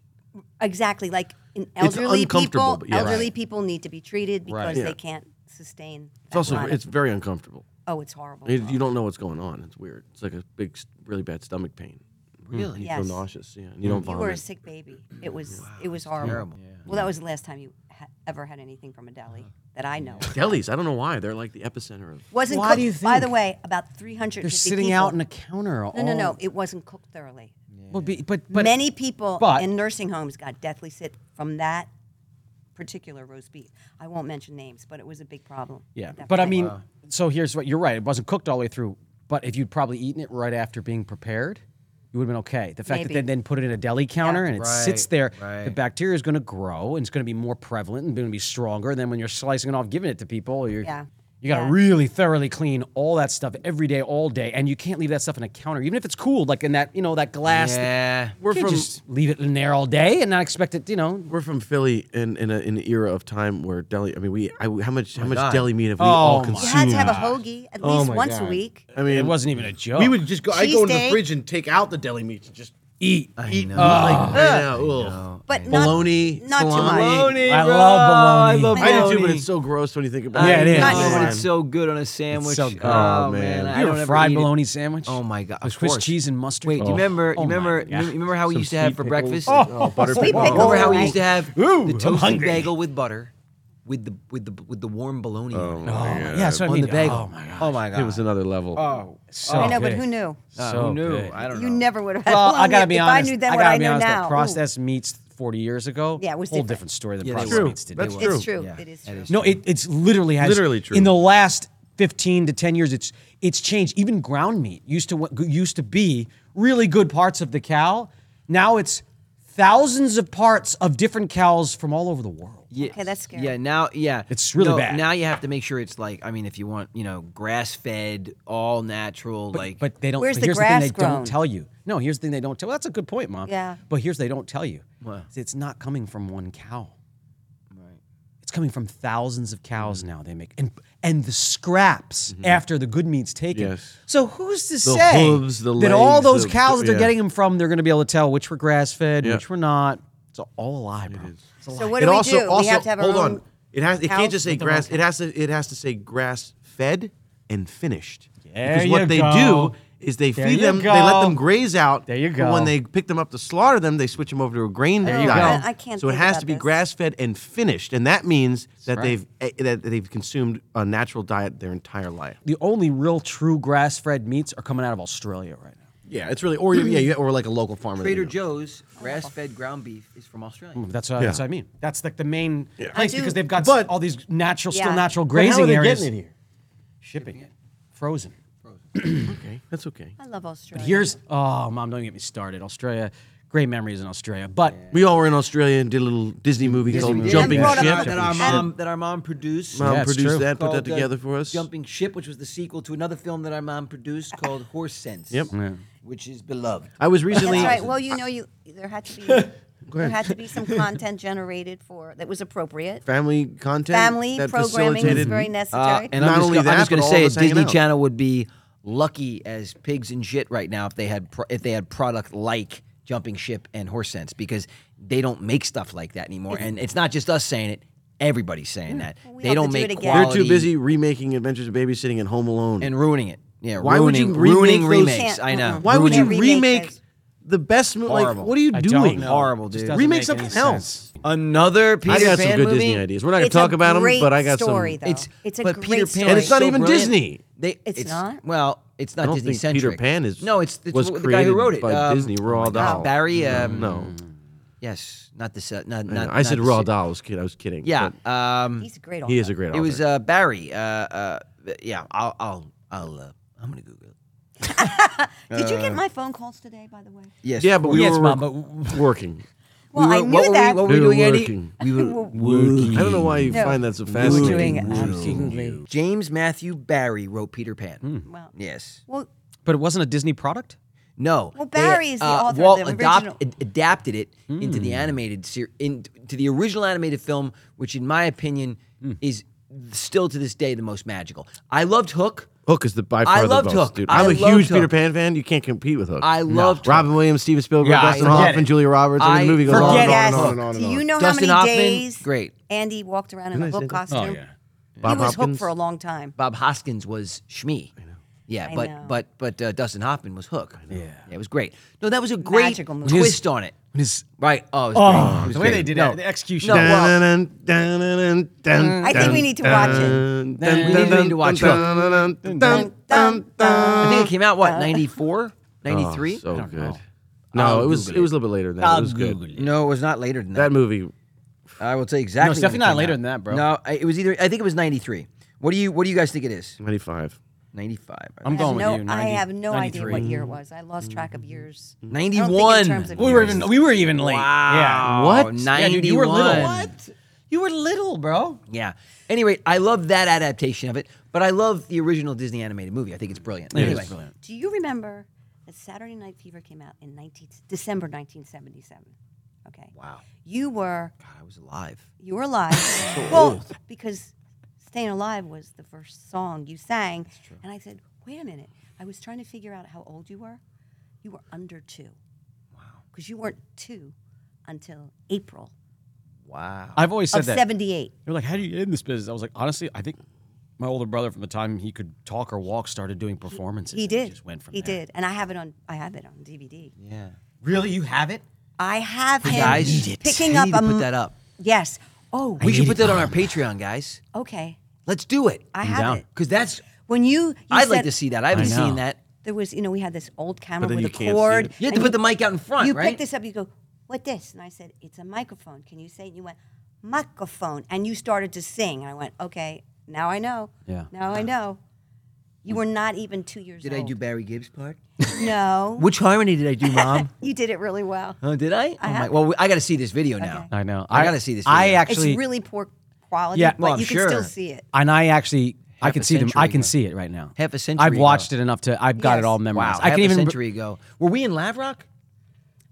Speaker 4: exactly like in
Speaker 3: It's
Speaker 4: elderly
Speaker 3: uncomfortable,
Speaker 4: people,
Speaker 3: but yeah.
Speaker 4: elderly people need to be treated because
Speaker 2: Right.
Speaker 3: Yeah.
Speaker 4: they can't sustain.
Speaker 3: It's also it's very uncomforble.
Speaker 4: oh, it's horrible.
Speaker 3: It- you don't know what's going on. It's weird. It's like a big, s- really bad stomach pain.
Speaker 1: Really?
Speaker 3: You
Speaker 4: Yes.
Speaker 3: feel nauseous. Yeah, and you don't
Speaker 4: you
Speaker 3: vomit.
Speaker 4: were a sick baby. It was it was horrible. Well, that was the last time you ha- ever had anything from a deli that I know. of.
Speaker 3: Delis, I don't know why they're like the epicenter of.
Speaker 4: Wasn't
Speaker 2: Why
Speaker 4: cooked,
Speaker 2: do you
Speaker 4: by the
Speaker 2: think?
Speaker 4: way, about 350
Speaker 2: They're sitting
Speaker 4: people.
Speaker 2: out on a counter.
Speaker 4: No, no, no. It wasn't cooked thoroughly.
Speaker 2: Well, be, but but
Speaker 4: Many people
Speaker 2: but-
Speaker 4: in nursing homes got deathly sick from that particular roast beef. I won't mention names, but it was a big problem.
Speaker 2: yeah.
Speaker 4: at that
Speaker 2: But I
Speaker 4: point.
Speaker 2: mean, so here's what you're right. It wasn't cooked all the way through. But if you'd probably eaten it right after being prepared, you would have been okay. The fact that they
Speaker 4: Maybe.
Speaker 2: then put it in a deli counter and it sits
Speaker 1: Right,
Speaker 2: there, the
Speaker 1: right.
Speaker 2: bacteria is going to grow and it's going to be more prevalent and going to be stronger. And then when you're slicing it off, giving it to people, you're,
Speaker 4: Yeah.
Speaker 2: you got to really thoroughly clean all that stuff every day, all day. And you can't leave that stuff in a counter, even if it's cooled, like in that, you know, that glass.
Speaker 1: Yeah.
Speaker 2: We're
Speaker 3: from-
Speaker 2: just leave it in there all day and not expect it, you know.
Speaker 3: We're from Philly in in, a, in an era of time where deli. I mean, we I, how much how much
Speaker 1: God.
Speaker 3: deli meat have we
Speaker 2: Oh
Speaker 3: all
Speaker 2: my
Speaker 4: you
Speaker 3: consumed?
Speaker 4: had to have a hoagie at
Speaker 2: Oh
Speaker 4: least once a week.
Speaker 3: I mean,
Speaker 2: It wasn't even a joke.
Speaker 6: We would just go. I go in the
Speaker 4: Cheesesteak.
Speaker 6: fridge and take out the deli meat and just
Speaker 2: eat.
Speaker 6: eat. meat
Speaker 1: know.
Speaker 3: Oh,
Speaker 6: like, right now, ugh.
Speaker 4: But not,
Speaker 3: bologna.
Speaker 4: not too
Speaker 3: salami.
Speaker 4: much.
Speaker 2: I love
Speaker 1: I
Speaker 2: bologna.
Speaker 1: love
Speaker 3: I do too, but
Speaker 1: bologna.
Speaker 3: it's so gross when you think about
Speaker 2: Yeah,
Speaker 3: it.
Speaker 2: it is.
Speaker 4: Not
Speaker 1: Oh,
Speaker 4: Yeah.
Speaker 1: but it's so good on a sandwich.
Speaker 2: so good.
Speaker 1: Oh,
Speaker 3: Oh,
Speaker 1: man.
Speaker 3: man.
Speaker 1: I
Speaker 2: You
Speaker 1: don't
Speaker 2: ever
Speaker 1: ever
Speaker 2: fried
Speaker 1: eat it.
Speaker 2: bologna sandwich?
Speaker 1: Oh my god.
Speaker 2: With
Speaker 1: of
Speaker 2: Swiss
Speaker 1: course.
Speaker 2: cheese and mustard.
Speaker 1: Wait, do you remember?
Speaker 2: Oh
Speaker 1: you
Speaker 2: my
Speaker 1: remember?
Speaker 2: God.
Speaker 1: You remember how we
Speaker 3: Some
Speaker 1: used to have
Speaker 3: sweet
Speaker 1: for
Speaker 3: pickles.
Speaker 1: breakfast?
Speaker 3: Oh, butter
Speaker 4: Sweet
Speaker 3: pickles.
Speaker 4: pickles.
Speaker 1: Remember how we
Speaker 4: Right.
Speaker 1: used to have the toasted
Speaker 2: hungry.
Speaker 1: bagel with butter, with the with the with the warm bologna on it.
Speaker 2: Oh, yeah, that's what I
Speaker 1: on
Speaker 2: mean.
Speaker 1: the bagel.
Speaker 2: Oh my god.
Speaker 1: Oh my god.
Speaker 3: It was another level.
Speaker 2: So
Speaker 4: Oh. I know, but
Speaker 2: good.
Speaker 4: who knew?
Speaker 1: Uh,
Speaker 2: So
Speaker 1: who knew?
Speaker 2: good.
Speaker 1: I don't know.
Speaker 4: You never would have had
Speaker 2: Well,
Speaker 4: bologna
Speaker 2: I gotta be
Speaker 4: if
Speaker 2: honest.
Speaker 4: I knew then
Speaker 2: I
Speaker 4: what
Speaker 2: gotta
Speaker 4: I
Speaker 2: be
Speaker 4: know
Speaker 2: honest.
Speaker 4: now.
Speaker 2: That
Speaker 4: Ooh.
Speaker 2: processed meats 40 years ago.
Speaker 4: Yeah, it was
Speaker 2: whole
Speaker 4: different.
Speaker 2: different story than
Speaker 1: Yeah, they
Speaker 2: processed
Speaker 1: were.
Speaker 2: meats today.
Speaker 3: That's
Speaker 2: We're-
Speaker 3: true.
Speaker 4: It's true.
Speaker 1: Yeah,
Speaker 4: It is
Speaker 1: that
Speaker 4: true.
Speaker 1: is
Speaker 2: No, it, it's literally has
Speaker 3: Literally true.
Speaker 2: In the last 15 to 10 years, it's it's changed. Even ground meat used to what- used to be really good parts of the cow. Now it's thousands of parts of different cows from all over the world.
Speaker 1: Yeah.
Speaker 4: Okay, that's scary.
Speaker 1: Yeah, now, yeah,
Speaker 2: It's really
Speaker 1: No,
Speaker 2: bad.
Speaker 1: Now you have to make sure it's like, I mean, if you want, you know, grass fed, all natural, like,
Speaker 2: But they don't.
Speaker 4: Where's
Speaker 2: but
Speaker 4: the
Speaker 2: here's the thing
Speaker 4: grass
Speaker 2: they
Speaker 4: grown?
Speaker 2: don't tell you. No, here's the thing they don't tell. That's a good point, mom.
Speaker 4: Yeah.
Speaker 2: But here's they don't tell you. Is It's not coming from one cow. It's coming from thousands of cows
Speaker 3: Mm-hmm.
Speaker 2: now. They make and and the scraps after the good meat's taken.
Speaker 3: Yes.
Speaker 2: So who's to say
Speaker 3: hooves, the
Speaker 2: that all
Speaker 3: legs,
Speaker 2: those
Speaker 3: the-
Speaker 2: cows that they're
Speaker 3: yeah.
Speaker 2: getting them from, they're going to be able to tell which were grass fed,
Speaker 3: Yeah.
Speaker 2: which were not. It's all a lie, bro. It's a lie.
Speaker 4: So what
Speaker 3: it
Speaker 4: do we
Speaker 3: also
Speaker 4: do?
Speaker 3: also
Speaker 4: we have to have our
Speaker 3: hold
Speaker 4: own
Speaker 3: on. It has. It can't
Speaker 4: cows
Speaker 3: just say
Speaker 4: with their own
Speaker 3: grass. It has to. It has to say grass fed and finished.
Speaker 2: There
Speaker 3: because what
Speaker 2: you
Speaker 3: they
Speaker 2: go.
Speaker 3: do is they
Speaker 2: There
Speaker 3: feed
Speaker 2: you
Speaker 3: them. They let them
Speaker 2: go.
Speaker 3: graze out.
Speaker 2: There you
Speaker 3: but when
Speaker 2: go.
Speaker 3: they pick them up to slaughter them, they switch them over to a grain
Speaker 4: you
Speaker 3: diet.
Speaker 4: go. I- I can't
Speaker 3: So it
Speaker 4: think
Speaker 3: has
Speaker 4: about
Speaker 3: to be
Speaker 4: this.
Speaker 3: grass fed and finished, and that means that they've eh, that they've consumed a natural diet their entire life.
Speaker 2: The only real true grass fed meats are coming out of Australia right now.
Speaker 3: Yeah, it's really or yeah, you- or like a local farmer. that you
Speaker 1: Trader
Speaker 3: know.
Speaker 1: Joe's
Speaker 4: Oh.
Speaker 1: grass fed ground beef is from Australia.
Speaker 3: Hmm.
Speaker 2: That's what, that's what I mean. That's like the main
Speaker 4: I
Speaker 2: place
Speaker 4: do-
Speaker 2: because they've got
Speaker 6: But-
Speaker 2: all these natural, still
Speaker 4: Yeah.
Speaker 2: natural
Speaker 6: But
Speaker 2: grazing
Speaker 6: how are they
Speaker 2: areas.
Speaker 6: getting it here?
Speaker 2: Shipping it, frozen.
Speaker 3: Okay, that's okay.
Speaker 4: I love Australia.
Speaker 2: Here's oh, mom, don't get me started. Australia, great memories in Australia, but
Speaker 3: We all were in Australia and did a little Disney movie called
Speaker 1: We did.
Speaker 3: Jumping
Speaker 4: And brought
Speaker 3: Ship.
Speaker 4: up-
Speaker 1: that our mom that our mom produced.
Speaker 3: Mom
Speaker 2: Yeah, it's
Speaker 3: produced
Speaker 2: true.
Speaker 3: that, put
Speaker 1: called,
Speaker 3: that
Speaker 1: uh,
Speaker 3: together for us.
Speaker 1: Jumping Ship, which was the sequel to another film that our mom produced called Horse Sense.
Speaker 3: Yep.
Speaker 1: Which is beloved.
Speaker 3: I was
Speaker 4: That's
Speaker 3: recently.
Speaker 4: right. Well, you know, you there had to be there had to be some content generated for that was appropriate.
Speaker 3: family content.
Speaker 4: Family
Speaker 3: that
Speaker 4: programming was
Speaker 3: facilitated- uh,
Speaker 4: very necessary.
Speaker 1: Uh, and
Speaker 3: Not
Speaker 1: I'm just,
Speaker 3: only
Speaker 1: gonna- I'm
Speaker 3: that,
Speaker 1: just going to
Speaker 3: but all
Speaker 1: say
Speaker 3: of
Speaker 1: it,
Speaker 3: us hanging
Speaker 1: Disney
Speaker 3: out.
Speaker 1: Channel would be lucky as pigs and shit right now if they had pro- if they had product like Jumping Ship and Horse Sense because they don't make stuff like that anymore, and it's not just us saying it. Everybody's saying that
Speaker 4: we
Speaker 1: they
Speaker 4: have
Speaker 1: don't
Speaker 4: to do
Speaker 1: make
Speaker 4: it again.
Speaker 1: quality.
Speaker 3: They're too busy remaking Adventures of Babysitting and Home Alone.
Speaker 1: and ruining it. Yeah,
Speaker 3: Why would
Speaker 1: ruining,
Speaker 3: you remake
Speaker 1: ruining
Speaker 3: those-
Speaker 1: remakes.
Speaker 4: Can't,
Speaker 1: I know.
Speaker 4: uh-uh.
Speaker 3: why would you
Speaker 4: Ruining
Speaker 3: remake,
Speaker 4: remakes.
Speaker 3: the best movie? Like,
Speaker 1: Horrible.
Speaker 3: what are you
Speaker 2: I don't
Speaker 3: doing?
Speaker 2: know.
Speaker 1: Horrible,
Speaker 2: Just
Speaker 1: dude.
Speaker 2: doesn't
Speaker 3: Remake
Speaker 2: make
Speaker 3: something
Speaker 2: any
Speaker 3: else.
Speaker 2: sense.
Speaker 1: another Peter
Speaker 3: I got
Speaker 1: Pan
Speaker 3: some good
Speaker 1: movie?
Speaker 3: Disney ideas. We're not going
Speaker 4: It's
Speaker 3: to talk
Speaker 4: a
Speaker 3: about them,
Speaker 4: great
Speaker 3: but I got
Speaker 4: story,
Speaker 3: some.
Speaker 4: though.
Speaker 1: It's
Speaker 4: It's a
Speaker 1: but
Speaker 4: great
Speaker 1: Peter Pan
Speaker 4: story.
Speaker 1: is
Speaker 4: And it's
Speaker 3: not
Speaker 1: so
Speaker 3: even
Speaker 1: brilliant.
Speaker 3: Disney.
Speaker 1: They,
Speaker 4: It's not?
Speaker 1: Well, it's not
Speaker 3: I don't
Speaker 1: Disney
Speaker 3: think
Speaker 1: centric.
Speaker 3: Peter Pan is.
Speaker 1: No, it's, it's
Speaker 3: was
Speaker 1: the guy who
Speaker 3: created
Speaker 1: wrote it
Speaker 3: by
Speaker 1: um,
Speaker 3: Disney. Roald
Speaker 1: uh,
Speaker 3: Dahl.
Speaker 1: Barry. Um,
Speaker 3: No,
Speaker 1: Yes, not this. Uh, not,
Speaker 3: I know.
Speaker 1: not,
Speaker 3: I said
Speaker 1: not the
Speaker 3: Roald
Speaker 1: se-
Speaker 3: Dahl. I was kidding. I was kidding.
Speaker 1: Yeah,
Speaker 3: but
Speaker 1: um,
Speaker 4: He's a great.
Speaker 3: he is
Speaker 4: author.
Speaker 3: a great.
Speaker 1: it was
Speaker 3: author.
Speaker 1: uh, Barry. Uh, uh, yeah, I'll, I'll, I'll. Uh, I'm gonna Google it.
Speaker 4: Did you get my phone calls today, by the way?
Speaker 1: uh, Yes.
Speaker 3: Yeah, but we
Speaker 2: Yes,
Speaker 3: were
Speaker 2: Mom,
Speaker 3: working.
Speaker 4: Well,
Speaker 1: we
Speaker 4: I
Speaker 1: were, what
Speaker 4: knew
Speaker 1: were
Speaker 4: that.
Speaker 1: We, what were we
Speaker 3: We were
Speaker 1: doing,
Speaker 3: working.
Speaker 1: Andy? We were working.
Speaker 3: I don't know why you
Speaker 4: No.
Speaker 3: find that so
Speaker 4: I was
Speaker 3: fascinating.
Speaker 4: doing absolutely.
Speaker 1: James Matthew Barry wrote Peter Pan.
Speaker 3: Hmm.
Speaker 4: Well,
Speaker 1: Yes.
Speaker 4: well,
Speaker 2: But it wasn't a Disney product.
Speaker 1: No. uh,
Speaker 4: Well, Barry is the author of
Speaker 1: Walt
Speaker 4: the
Speaker 1: adopt-
Speaker 4: original.
Speaker 1: ad- adapted it into the animated ser- in, to the original animated film, which, in my opinion, is still to this day the most magical. I loved Hook.
Speaker 3: Hook is the by far
Speaker 1: I
Speaker 3: the
Speaker 1: loved
Speaker 3: most,
Speaker 1: Hook.
Speaker 3: dude.
Speaker 1: I
Speaker 3: I'm a
Speaker 1: loved
Speaker 3: huge Peter
Speaker 1: Hook.
Speaker 3: Pan fan. You can't compete with Hook.
Speaker 1: I loved Hook.
Speaker 3: Robin Williams, Steven Spielberg,
Speaker 6: Yeah,
Speaker 3: Dustin
Speaker 6: I
Speaker 1: get
Speaker 3: Hoffman,
Speaker 1: it.
Speaker 3: Julia Roberts. I mean,
Speaker 1: I-
Speaker 3: the movie goes on
Speaker 2: Forget
Speaker 3: and on and
Speaker 4: Yes.
Speaker 3: on and on.
Speaker 4: Do you know
Speaker 1: Dustin
Speaker 4: how
Speaker 1: Hoffman,
Speaker 4: many days
Speaker 1: great.
Speaker 4: Andy walked around in a
Speaker 3: Didn't I
Speaker 4: hook
Speaker 3: say that?
Speaker 4: costume?
Speaker 3: Oh,
Speaker 4: He
Speaker 3: yeah. Bob
Speaker 4: was hooked
Speaker 3: Hopkins?
Speaker 4: for a long time.
Speaker 1: Bob Hoskins was Shmi. Yeah,
Speaker 4: I
Speaker 1: but
Speaker 4: know.
Speaker 1: but but uh, Dustin Hoffman was Hook. Yeah. it was great. No, that was a great
Speaker 4: Magical movie.
Speaker 1: twist on it.
Speaker 2: His-
Speaker 1: Right. Oh, it was great. It was
Speaker 6: the way
Speaker 1: great.
Speaker 6: they did
Speaker 1: no.
Speaker 6: it, the execution.
Speaker 1: No, well,
Speaker 4: I think we need to watch it.
Speaker 1: We need- we need to watch Hook. I think it came out
Speaker 4: Uh.
Speaker 1: what 94, 93?
Speaker 3: Oh, So good. No, it was it was a little bit later than that.
Speaker 2: I'll
Speaker 3: It was
Speaker 2: Google
Speaker 3: good.
Speaker 2: it.
Speaker 1: No, it was not later than that.
Speaker 3: That movie.
Speaker 1: I will tell you exactly.
Speaker 2: No, it's
Speaker 1: when it
Speaker 2: definitely not
Speaker 1: came
Speaker 2: later
Speaker 1: out.
Speaker 2: than that, bro.
Speaker 1: No, I, it was either. I think it was ninety three. What do you What do you guys think it is?
Speaker 3: 95.
Speaker 1: Ninety five.
Speaker 2: I'm
Speaker 4: I have
Speaker 2: going
Speaker 4: no,
Speaker 2: with you. 90,
Speaker 4: I have no idea what
Speaker 2: 93.
Speaker 4: year it was. I lost track of years. I don't think
Speaker 1: Ninety
Speaker 4: in
Speaker 1: one.
Speaker 4: terms of
Speaker 2: We were
Speaker 4: years.
Speaker 2: even we were even late. Yeah.
Speaker 3: What?
Speaker 2: Yeah, dude, you were little.
Speaker 1: 91.
Speaker 2: You were little, bro.
Speaker 1: Yeah. Anyway, I love that adaptation of it, but I love the original Disney animated movie. I think it's brilliant. anyway,
Speaker 4: Do you remember that Saturday Night Fever came out in 19, December 1977? Okay. Wow. You were
Speaker 1: I was alive.
Speaker 4: you were alive. well, because "Staying Alive" was the first song you sang, and I said, "Wait a minute." I was trying to figure out how old you were. You were under two. Wow. Because you weren't two until April
Speaker 1: Wow.
Speaker 2: I've always said
Speaker 4: of
Speaker 2: that.
Speaker 4: '78.
Speaker 2: They were like, "How do you get in this business?" I was like, "Honestly, I think my older brother, from the time he could talk or walk, started doing performances.
Speaker 4: He
Speaker 2: and
Speaker 4: did.
Speaker 2: Just went from
Speaker 4: he
Speaker 2: there.
Speaker 4: did, and I have it on. I have it on DVD.
Speaker 1: Yeah.
Speaker 5: Really, you have it?
Speaker 4: I have him
Speaker 1: Guys, I
Speaker 4: picking
Speaker 1: need
Speaker 4: up
Speaker 1: to
Speaker 4: a
Speaker 1: put
Speaker 4: m-
Speaker 1: that up.
Speaker 4: Yes. Oh,
Speaker 1: We should put that on our Patreon, guys.
Speaker 4: okay.
Speaker 1: Let's do it.
Speaker 4: I have
Speaker 2: down.
Speaker 4: it.
Speaker 1: Because that's
Speaker 4: When you, you
Speaker 1: I'd like
Speaker 4: said-
Speaker 1: to see that. I haven't
Speaker 2: know.
Speaker 1: seen that.
Speaker 4: There was, you know, we had this old camera
Speaker 3: then
Speaker 4: with
Speaker 3: you
Speaker 4: a
Speaker 3: can't see
Speaker 4: cord.
Speaker 3: it.
Speaker 1: You have
Speaker 4: and
Speaker 1: to put the mic out in front,
Speaker 4: You
Speaker 1: right?
Speaker 4: pick this up. You go, what this? And I said, it's a microphone. Can you say it? And you went, microphone. And you started to sing. And I went, okay, now I know.
Speaker 2: Yeah.
Speaker 4: Now I know. You were not even two years
Speaker 1: Did I
Speaker 4: old.
Speaker 1: do Barry Gibbs part?
Speaker 4: No.
Speaker 1: Which harmony did I do, Mom?
Speaker 4: you did it really well.
Speaker 1: oh, did I? oh my, well, we- I got to see this video now.
Speaker 2: I know.
Speaker 1: I gotta see this
Speaker 2: I
Speaker 1: video.
Speaker 2: actually.
Speaker 4: it's really poor quality,
Speaker 2: Yeah,
Speaker 4: but
Speaker 2: well, I'm
Speaker 4: you can
Speaker 1: sure.
Speaker 4: still see it.
Speaker 2: and I actually, I
Speaker 1: Half
Speaker 2: can
Speaker 1: a
Speaker 2: see them.
Speaker 1: century
Speaker 2: I can
Speaker 1: ago.
Speaker 2: see it right now.
Speaker 1: Half a century
Speaker 2: I've
Speaker 1: ago.
Speaker 2: watched it enough to. I've got it
Speaker 4: Yes.
Speaker 2: all
Speaker 1: Wow,
Speaker 2: memorized.
Speaker 1: I
Speaker 2: I
Speaker 1: half
Speaker 2: can
Speaker 1: a
Speaker 2: even.
Speaker 1: century ago. Were we in Lavrock?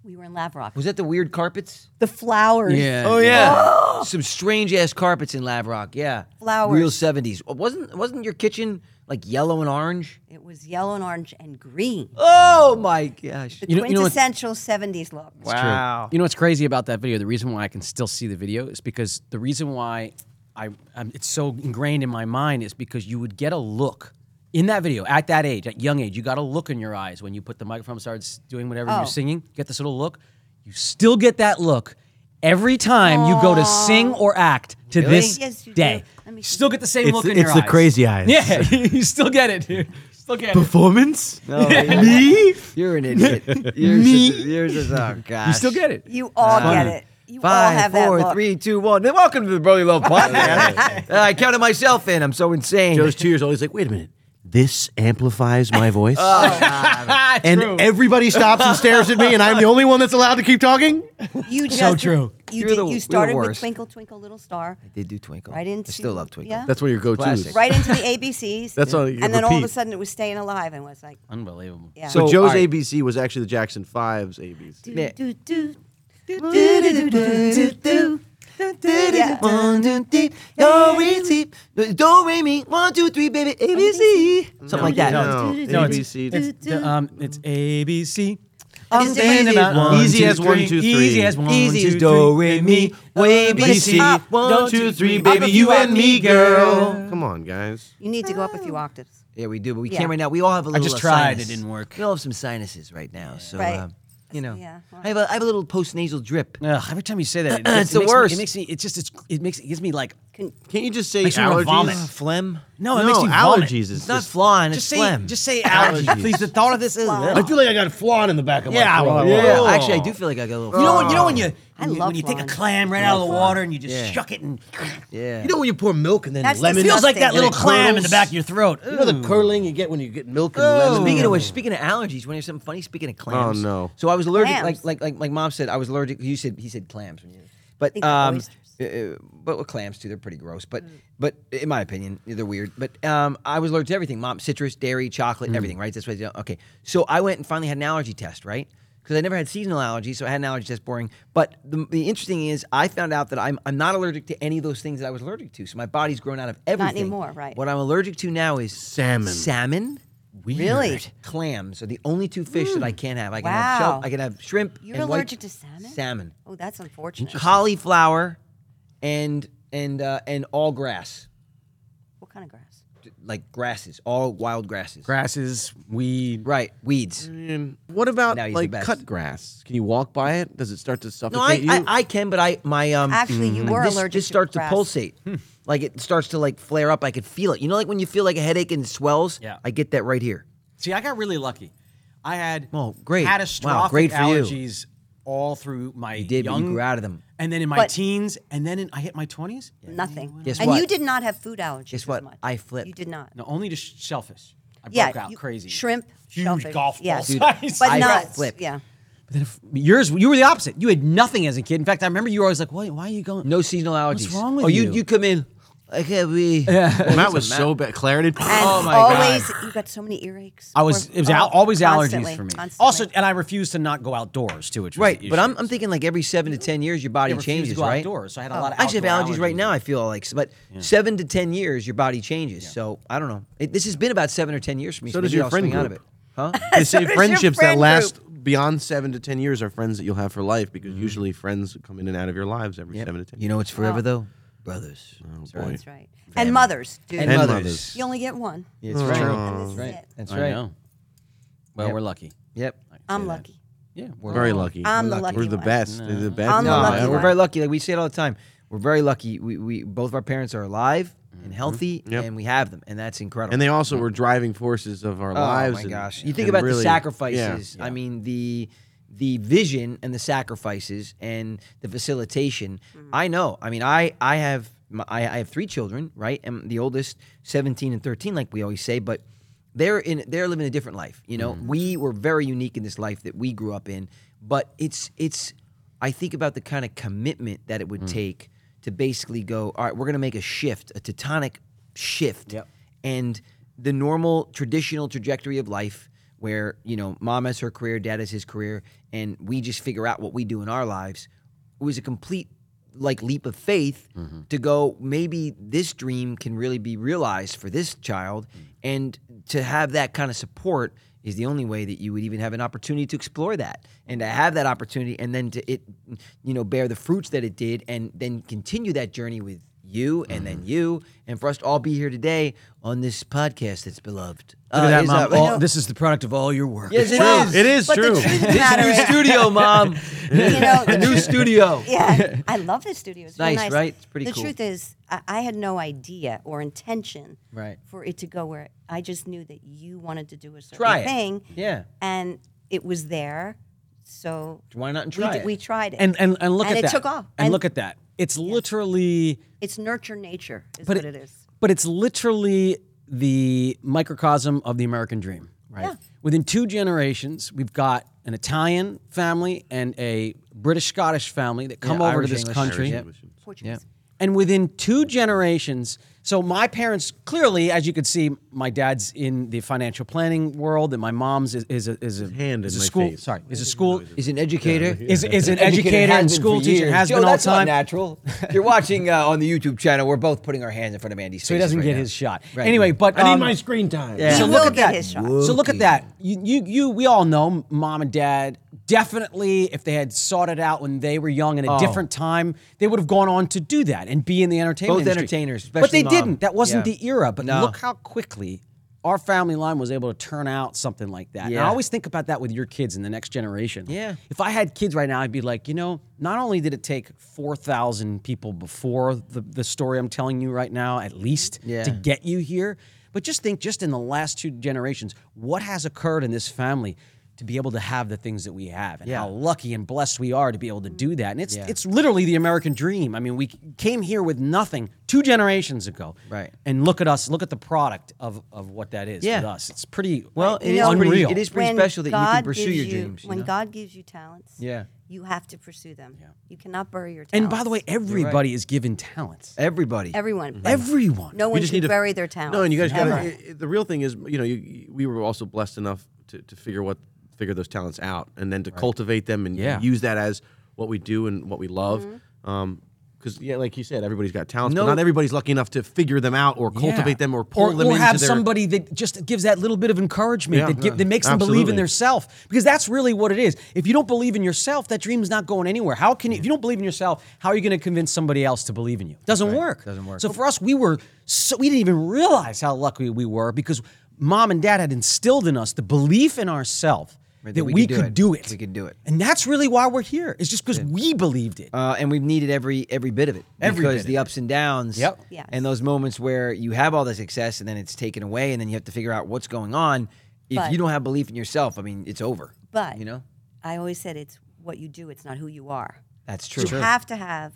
Speaker 4: We were in Lavrock.
Speaker 1: Was that the weird carpets?
Speaker 4: the flowers.
Speaker 1: Oh yeah. Some strange ass carpets in Lavrock. Yeah.
Speaker 4: Flowers.
Speaker 1: Real seventies. Oh, Wasn't wasn't your kitchen like yellow and orange?
Speaker 4: It was yellow and orange and green.
Speaker 1: Oh my gosh.
Speaker 2: You know- you know what-
Speaker 4: Quintessential 70s look.
Speaker 2: Wow. You know what's crazy about that video? The reason why I can still see the video is because the reason why I I'm, it's so ingrained in my mind is because you would get a look in that video at that age, at young age. You got a look in your eyes when you put the microphone, starts doing whatever
Speaker 4: Oh.
Speaker 2: you're singing. Get this little look. You still get that look every time you go to sing or act to this
Speaker 4: Yes, you do.
Speaker 2: day.
Speaker 4: Let me see.
Speaker 2: Still get the same
Speaker 6: It's,
Speaker 2: look in
Speaker 6: it's
Speaker 2: your
Speaker 6: the
Speaker 2: eyes.
Speaker 6: crazy eyes.
Speaker 2: Yeah, you still get it, dude. Still get it.
Speaker 6: Performance? Me?
Speaker 1: You're an idiot. You're Me? Just, you're just, oh gosh.
Speaker 2: You still get it.
Speaker 4: You all get it. You all
Speaker 1: Five,
Speaker 4: have that
Speaker 1: four,
Speaker 4: look.
Speaker 1: three, two, one. Then welcome to the Brotherly Love Podcast. Uh, I counted myself in. I'm so insane.
Speaker 3: Joe's two years old. He's like, wait a minute. This amplifies my voice.
Speaker 6: And everybody stops and stares at me, and I'm the only one that's allowed to keep talking?
Speaker 4: You just,
Speaker 2: true.
Speaker 4: You,
Speaker 1: You're
Speaker 4: did,
Speaker 1: the- you're
Speaker 4: you
Speaker 1: the
Speaker 4: started with
Speaker 1: worst.
Speaker 4: Twinkle Twinkle Little Star,
Speaker 1: Did do Twinkle.
Speaker 4: Right
Speaker 1: I
Speaker 4: into-
Speaker 1: still love Twinkle.
Speaker 4: yeah.
Speaker 3: That's one of your go-tos.
Speaker 1: Classic.
Speaker 4: right into the ABCs.
Speaker 3: That's all you
Speaker 4: And then all of a
Speaker 3: repeat.
Speaker 4: sudden it was staying alive and was like,
Speaker 2: Unbelievable.
Speaker 4: yeah.
Speaker 3: So
Speaker 1: So,
Speaker 3: Joe's
Speaker 1: all right.
Speaker 3: ABC was actually the Jackson Fives ABC.
Speaker 4: do,
Speaker 1: Yeah.
Speaker 4: do, do, do, do, do, do, do, do, do. Yeah.
Speaker 1: One, two, three, do, re, si. Do, re, mi. One, two, three, baby, A, B, C. Something like that.
Speaker 3: No,
Speaker 2: No, it's-
Speaker 3: ABC.
Speaker 2: It's, the, um, it's A B C.
Speaker 1: I'm thinking about
Speaker 3: one,
Speaker 2: easy
Speaker 3: two,
Speaker 2: as one,
Speaker 3: three.
Speaker 2: two, three.
Speaker 3: Easy as
Speaker 2: one,
Speaker 1: Easy as do, re, mi, way,
Speaker 4: But
Speaker 1: B,
Speaker 4: it's
Speaker 1: C.
Speaker 2: ah,
Speaker 4: up.
Speaker 1: One, two, three, baby,
Speaker 4: you and me,
Speaker 3: girl. Come on, guys.
Speaker 4: You need to go up a few octaves.
Speaker 1: Yeah, we do, but we
Speaker 4: Yeah.
Speaker 1: can't right now. We all have a little.
Speaker 2: just
Speaker 1: uh,
Speaker 2: tried, it
Speaker 1: sinus.
Speaker 2: didn't work.
Speaker 1: We all have some sinuses right now, so
Speaker 4: Right.
Speaker 1: um, you know.
Speaker 4: Yeah, well.
Speaker 1: I have a I have a little post nasal drip.
Speaker 2: Ugh, every time you say that, it,
Speaker 1: It's
Speaker 2: it
Speaker 1: the
Speaker 2: makes
Speaker 1: worst.
Speaker 2: Me, it makes me. It's just. It's, it makes. It gives me like.
Speaker 3: Can't you just say
Speaker 2: Makes me wanna
Speaker 3: allergies?
Speaker 2: vomit.
Speaker 1: Phlegm.
Speaker 2: Uh, No, it
Speaker 3: no,
Speaker 2: makes me vomit.
Speaker 3: allergies is
Speaker 1: It's not
Speaker 3: just
Speaker 1: flan. It's
Speaker 2: Just say.
Speaker 1: phlegm.
Speaker 2: Just say allergies, please. The thought of this is.
Speaker 6: I feel like I got a flaw in the back of
Speaker 2: Yeah,
Speaker 6: my throat.
Speaker 2: well,
Speaker 1: yeah. Actually, I do feel like I got a little.
Speaker 2: You know when you know when you
Speaker 4: I
Speaker 2: when you,
Speaker 4: love
Speaker 2: when you take a
Speaker 4: flan.
Speaker 2: clam right out of the water and you just
Speaker 1: Yeah.
Speaker 2: shuck it and
Speaker 1: Yeah.
Speaker 6: You know when you pour milk and then
Speaker 4: That's
Speaker 6: lemon?
Speaker 2: it feels like that
Speaker 4: disgusting.
Speaker 2: little
Speaker 6: And it
Speaker 2: clam in the
Speaker 6: curls.
Speaker 2: back of your throat.
Speaker 6: You know the curling you get when you get milk
Speaker 3: Oh.
Speaker 6: and lemon?
Speaker 1: Speaking of which, speaking of allergies, when you have something funny, speaking of clams.
Speaker 3: no.
Speaker 1: So I was allergic,
Speaker 4: Clams.
Speaker 1: like like like like mom said, I was allergic. You said he said clams when you, but
Speaker 4: they're
Speaker 1: um,
Speaker 4: oysters. Mm.
Speaker 1: Uh, uh, but with clams too, they're pretty gross. But but in my opinion, they're weird. But um, I was allergic to everything: mom, citrus, dairy, chocolate, everything. Right? That's what. I did. Okay. So I went and finally had an allergy test. Right? Because I never had seasonal allergies, so I had an allergy test. Boring. But the, the interesting is, I found out that I'm I'm not allergic to any of those things that I was allergic to. So my body's grown out of everything.
Speaker 4: anymore, right.
Speaker 1: What I'm allergic to now is
Speaker 3: Salmon.
Speaker 1: Salmon.
Speaker 4: Really?
Speaker 1: Clams are the only two fish that I can't have. I can have shell,
Speaker 4: Mm. Wow.
Speaker 1: I can have shrimp.
Speaker 4: You're
Speaker 1: and white-
Speaker 4: allergic to salmon?
Speaker 1: Salmon
Speaker 4: Oh, that's unfortunate.
Speaker 1: cauliflower and and uh, and all grass
Speaker 4: What kind of grass?
Speaker 1: like grasses all wild grasses
Speaker 6: Grasses, weed.
Speaker 1: right weeds
Speaker 4: Mm.
Speaker 3: What about
Speaker 1: Now he's the
Speaker 3: like
Speaker 1: best.
Speaker 3: cut grass? Can you walk by it? Does it start to
Speaker 1: no I,
Speaker 3: suffocate
Speaker 1: I
Speaker 3: you?
Speaker 1: i can but i my um
Speaker 4: Actually, you were
Speaker 1: this,
Speaker 4: allergic
Speaker 1: this
Speaker 4: to
Speaker 1: starts to,
Speaker 4: grass.
Speaker 1: pulsate like it starts to like flare up i could feel it you know like when you feel like a headache and it swells
Speaker 2: Yeah.
Speaker 1: i get that right here
Speaker 2: See, I got really lucky. I had
Speaker 1: Oh, great. Wow,
Speaker 2: catastrophic
Speaker 1: great for you.
Speaker 2: allergies all through my you
Speaker 1: did, but you
Speaker 2: young,
Speaker 1: grew out of them.
Speaker 2: and then in my
Speaker 4: But-
Speaker 2: teens, and then in, I hit my twenties.
Speaker 4: Nothing.
Speaker 1: Guess
Speaker 4: and
Speaker 1: what?
Speaker 4: you did not have food allergies.
Speaker 1: Guess
Speaker 4: as
Speaker 1: what?
Speaker 4: much.
Speaker 1: I flipped.
Speaker 4: You did not.
Speaker 2: No, only to sh- shellfish. I
Speaker 4: yeah,
Speaker 2: broke out
Speaker 4: you-
Speaker 2: crazy.
Speaker 4: Shrimp,
Speaker 5: Huge
Speaker 4: shellfish.
Speaker 5: golf ball
Speaker 4: yeah.
Speaker 5: size.
Speaker 4: But
Speaker 1: I
Speaker 4: nuts.
Speaker 1: flipped.
Speaker 4: Yeah.
Speaker 2: But then if, yours, you were the opposite. You had nothing as a kid. In fact, I remember you were always like, "Why, why are you going?"
Speaker 1: no seasonal allergies
Speaker 2: wrong with
Speaker 1: oh you
Speaker 2: you?
Speaker 1: you come in i can't be
Speaker 6: Well, Matt was so bad. Clarity.
Speaker 1: Oh,
Speaker 4: And always, you got so many earaches.
Speaker 2: Oh I was
Speaker 4: Or-
Speaker 2: it was
Speaker 4: oh,
Speaker 2: al- always
Speaker 4: constantly,
Speaker 2: allergies for me.
Speaker 4: Constantly.
Speaker 2: Also, and I refused to not go outdoors too, which was
Speaker 1: right
Speaker 2: the
Speaker 1: but I'm,
Speaker 2: issue.
Speaker 1: I'm thinking like every seven to ten years your body
Speaker 2: I refused to
Speaker 1: changes
Speaker 2: go
Speaker 1: right
Speaker 2: outdoors, so I had a
Speaker 4: Oh.
Speaker 2: lot of
Speaker 1: I actually have allergies,
Speaker 2: outdoor
Speaker 1: right now. I feel like, but seven to ten years, your body changes. So I don't know. It, this has been about seven or ten years for me. So,
Speaker 3: does
Speaker 1: maybe
Speaker 3: your
Speaker 1: I'll
Speaker 3: friend
Speaker 1: swing out of it,
Speaker 3: group.
Speaker 1: huh?
Speaker 3: They say
Speaker 4: your
Speaker 3: friendships
Speaker 4: friend
Speaker 3: that last beyond seven to ten years are friends that you'll have for life because
Speaker 1: Mm-hmm.
Speaker 3: usually friends come in and out of your lives every seven to ten.
Speaker 1: you know, it's forever though, brothers
Speaker 3: boy.
Speaker 4: That's right. And mothers, dude.
Speaker 1: and,
Speaker 3: And
Speaker 1: mothers.
Speaker 3: mothers.
Speaker 4: you only get one.
Speaker 1: Yeah, it's right.
Speaker 4: And this is
Speaker 1: Right.
Speaker 4: it.
Speaker 1: That's
Speaker 2: I
Speaker 1: right.
Speaker 2: know. Well, we're lucky.
Speaker 1: Yep.
Speaker 4: I'm lucky.
Speaker 2: Yeah,
Speaker 3: We're very lucky.
Speaker 4: I'm
Speaker 3: we're
Speaker 4: the lucky
Speaker 3: We're the
Speaker 4: one.
Speaker 3: best. They're the best.
Speaker 4: I'm the
Speaker 1: No,
Speaker 4: lucky
Speaker 1: and
Speaker 4: one.
Speaker 1: we're very lucky. Like we say it all the time. We're very lucky. We, we both of our parents are alive
Speaker 2: Mm-hmm.
Speaker 1: and healthy,
Speaker 3: Yep.
Speaker 1: and we have them, and that's incredible.
Speaker 3: And they also were driving forces of our
Speaker 1: Oh
Speaker 3: lives.
Speaker 1: my
Speaker 3: and-
Speaker 1: gosh! You think
Speaker 3: and
Speaker 1: about
Speaker 3: really-
Speaker 1: the
Speaker 3: yeah.
Speaker 1: sacrifices. I mean the the vision and the sacrifices and the facilitation. I know. I mean, I I have my, I, I have three children, right? And the oldest, seventeen and thirteen, like we always say, but. They're in. They're living a different life. You
Speaker 3: Mm.
Speaker 1: know, we were very unique in this life that we grew up in. But it's it's. I think about the kind of commitment that it would take to basically go. All right, we're going to make a shift, a tectonic shift, and the normal traditional trajectory of life where you know mom has her career dad has his career and we just figure out what we do in our lives it was a complete like leap of faith
Speaker 2: Mm-hmm.
Speaker 1: to go maybe this dream can really be realized for this child
Speaker 2: Mm.
Speaker 1: and to have that kind of support is the only way that you would even have an opportunity to explore that and to have that opportunity and then to it you know bear the fruits that it did and then continue that journey with you and
Speaker 2: Mm-hmm.
Speaker 1: then you and for us to all be here today on this podcast that's beloved.
Speaker 2: Look at
Speaker 1: Uh,
Speaker 2: that,
Speaker 1: is
Speaker 2: Mom.
Speaker 1: that-
Speaker 2: All- this is the product of all your work.
Speaker 1: yes, it
Speaker 4: Well,
Speaker 1: is.
Speaker 3: It is
Speaker 4: but
Speaker 3: true.
Speaker 4: the truth of the
Speaker 1: This
Speaker 4: matter
Speaker 1: new
Speaker 4: is,
Speaker 1: studio, Mom.
Speaker 4: you know, the
Speaker 1: The new
Speaker 4: truth-
Speaker 1: studio.
Speaker 4: yeah, I love this studio. It's really
Speaker 1: Nice,
Speaker 4: nice,
Speaker 1: right? It's pretty
Speaker 4: The
Speaker 1: cool.
Speaker 4: truth is, I, I had no idea or intention
Speaker 1: Right.
Speaker 4: for it to go where I just knew that you wanted to do a certain
Speaker 1: Try it.
Speaker 4: thing.
Speaker 1: Yeah.
Speaker 4: and it was there, so
Speaker 1: Why not
Speaker 4: we
Speaker 1: try
Speaker 4: d-
Speaker 1: it?
Speaker 4: We tried it,
Speaker 2: and and and look
Speaker 4: And
Speaker 2: at
Speaker 4: it
Speaker 2: that.
Speaker 4: took off.
Speaker 2: And,
Speaker 4: And-
Speaker 2: look at that. It's literally,
Speaker 4: it's nurture nature, is
Speaker 2: But
Speaker 4: what
Speaker 2: it-
Speaker 4: it is.
Speaker 2: but it's literally the microcosm of the American dream. Right. Within two generations, we've got an Italian family and a British Scottish family that come
Speaker 1: Yeah,
Speaker 2: over
Speaker 1: Irish,
Speaker 2: to this
Speaker 1: English,
Speaker 2: country.
Speaker 1: Irish,
Speaker 4: Portuguese.
Speaker 2: And within two generations, so my parents clearly, as you could see, my dad's in the financial planning world, and my mom's is, is a is a
Speaker 3: hand
Speaker 2: is
Speaker 3: in
Speaker 2: a
Speaker 3: my
Speaker 2: school.
Speaker 3: face.
Speaker 2: Sorry, is a school
Speaker 1: He's an educator.
Speaker 2: is is an educator
Speaker 1: has been
Speaker 2: and school
Speaker 1: for
Speaker 2: teacher
Speaker 1: years.
Speaker 2: has
Speaker 1: Joe,
Speaker 2: been all
Speaker 1: that's not
Speaker 2: time.
Speaker 1: natural. If you're watching uh, on the YouTube channel, we're both putting our hands in front of Andy's
Speaker 2: so he doesn't get his shot. Anyway, but
Speaker 6: I need
Speaker 2: um,
Speaker 6: my screen time.
Speaker 4: He
Speaker 2: So
Speaker 4: will
Speaker 2: look at
Speaker 4: get
Speaker 2: that.
Speaker 4: his shot.
Speaker 2: So look at that. You, you, you, we all know mom and dad. Definitely, if they had sought it out when they were young in a
Speaker 1: Oh.
Speaker 2: different time, they would have gone on to do that and be in the entertainment.
Speaker 1: Both
Speaker 2: industry.
Speaker 1: entertainers,
Speaker 2: but they
Speaker 1: especially mom.
Speaker 2: didn't. That wasn't
Speaker 1: Yeah.
Speaker 2: the era. But
Speaker 1: No.
Speaker 2: look how quickly our family line was able to turn out something like that. And I
Speaker 1: Yeah.
Speaker 2: always think about that with your kids in the next generation.
Speaker 1: Yeah.
Speaker 2: If I had kids right now, I'd be like, you know, not only did it take 4,000 people before the, the story I'm telling you right now, at least,
Speaker 1: Yeah.
Speaker 2: to get you here, but just think, just in the last two generations, what has occurred in this family to be able to have the things that we have and how lucky and blessed we are to be able to do that. And it's, it's literally the American dream. I mean, we came here with nothing two generations ago.
Speaker 1: Right.
Speaker 2: And look at us, look at the product of, of what that is
Speaker 1: Yeah.
Speaker 2: with us. It's pretty
Speaker 1: Well,
Speaker 2: well,
Speaker 1: it
Speaker 4: You
Speaker 1: is
Speaker 4: know,
Speaker 1: pretty,
Speaker 2: unreal.
Speaker 1: it is pretty
Speaker 4: When
Speaker 1: special that you
Speaker 4: God
Speaker 1: can pursue
Speaker 4: gives
Speaker 1: your
Speaker 4: you-
Speaker 1: dreams. you
Speaker 4: When
Speaker 1: know?
Speaker 4: God gives you talents,
Speaker 1: Yeah.
Speaker 4: You have to pursue them. Yeah. You cannot bury your
Speaker 2: And
Speaker 4: talents.
Speaker 2: by the way, everybody is given talents.
Speaker 1: Everybody.
Speaker 4: everyone,
Speaker 2: Everyone.
Speaker 4: no one
Speaker 3: just
Speaker 4: should
Speaker 3: need to-
Speaker 4: bury their talents.
Speaker 3: No, and you guys got
Speaker 4: ever.
Speaker 3: to. The real thing is, you know, you- you, we were also blessed enough to, to figure what figure those talents out, and then to cultivate them and
Speaker 2: Yeah. Mm-hmm.
Speaker 3: use that as what we do and what we love. Um, because yeah, like you said, everybody's got talents, but not everybody's lucky enough to figure them out or cultivate
Speaker 2: Yeah.
Speaker 3: them or pull
Speaker 2: or,
Speaker 3: them
Speaker 2: or
Speaker 3: into
Speaker 2: have
Speaker 3: their-
Speaker 2: somebody that just gives that little bit of encouragement
Speaker 3: Yeah,
Speaker 2: that, gi-
Speaker 3: yeah.
Speaker 2: that makes them believe in
Speaker 3: Absolutely.
Speaker 2: their self because that's really what it is if you don't believe in yourself that dream's not going anywhere how can you, if you don't believe in yourself how are you going to convince somebody else to believe in you doesn't work doesn't work so for us we were so we didn't even realize how lucky we were because mom and dad had instilled in us the belief in ourselves
Speaker 1: Right,
Speaker 2: that, we, could do it.
Speaker 1: We could do it.
Speaker 2: and that's really why we're here it's just because we believed it
Speaker 1: Uh, and we've needed every every bit of it
Speaker 2: Every
Speaker 1: because
Speaker 2: bit of
Speaker 1: the ups and downs
Speaker 2: Yep.
Speaker 4: Yes.
Speaker 1: and those moments where you have all the success and then it's taken away and then you have to figure out what's going on if
Speaker 4: But-
Speaker 1: you don't have belief in yourself i mean it's over
Speaker 4: But
Speaker 1: you know
Speaker 4: I always said it's what you do. It's not who you are.
Speaker 1: that's true
Speaker 4: You have to have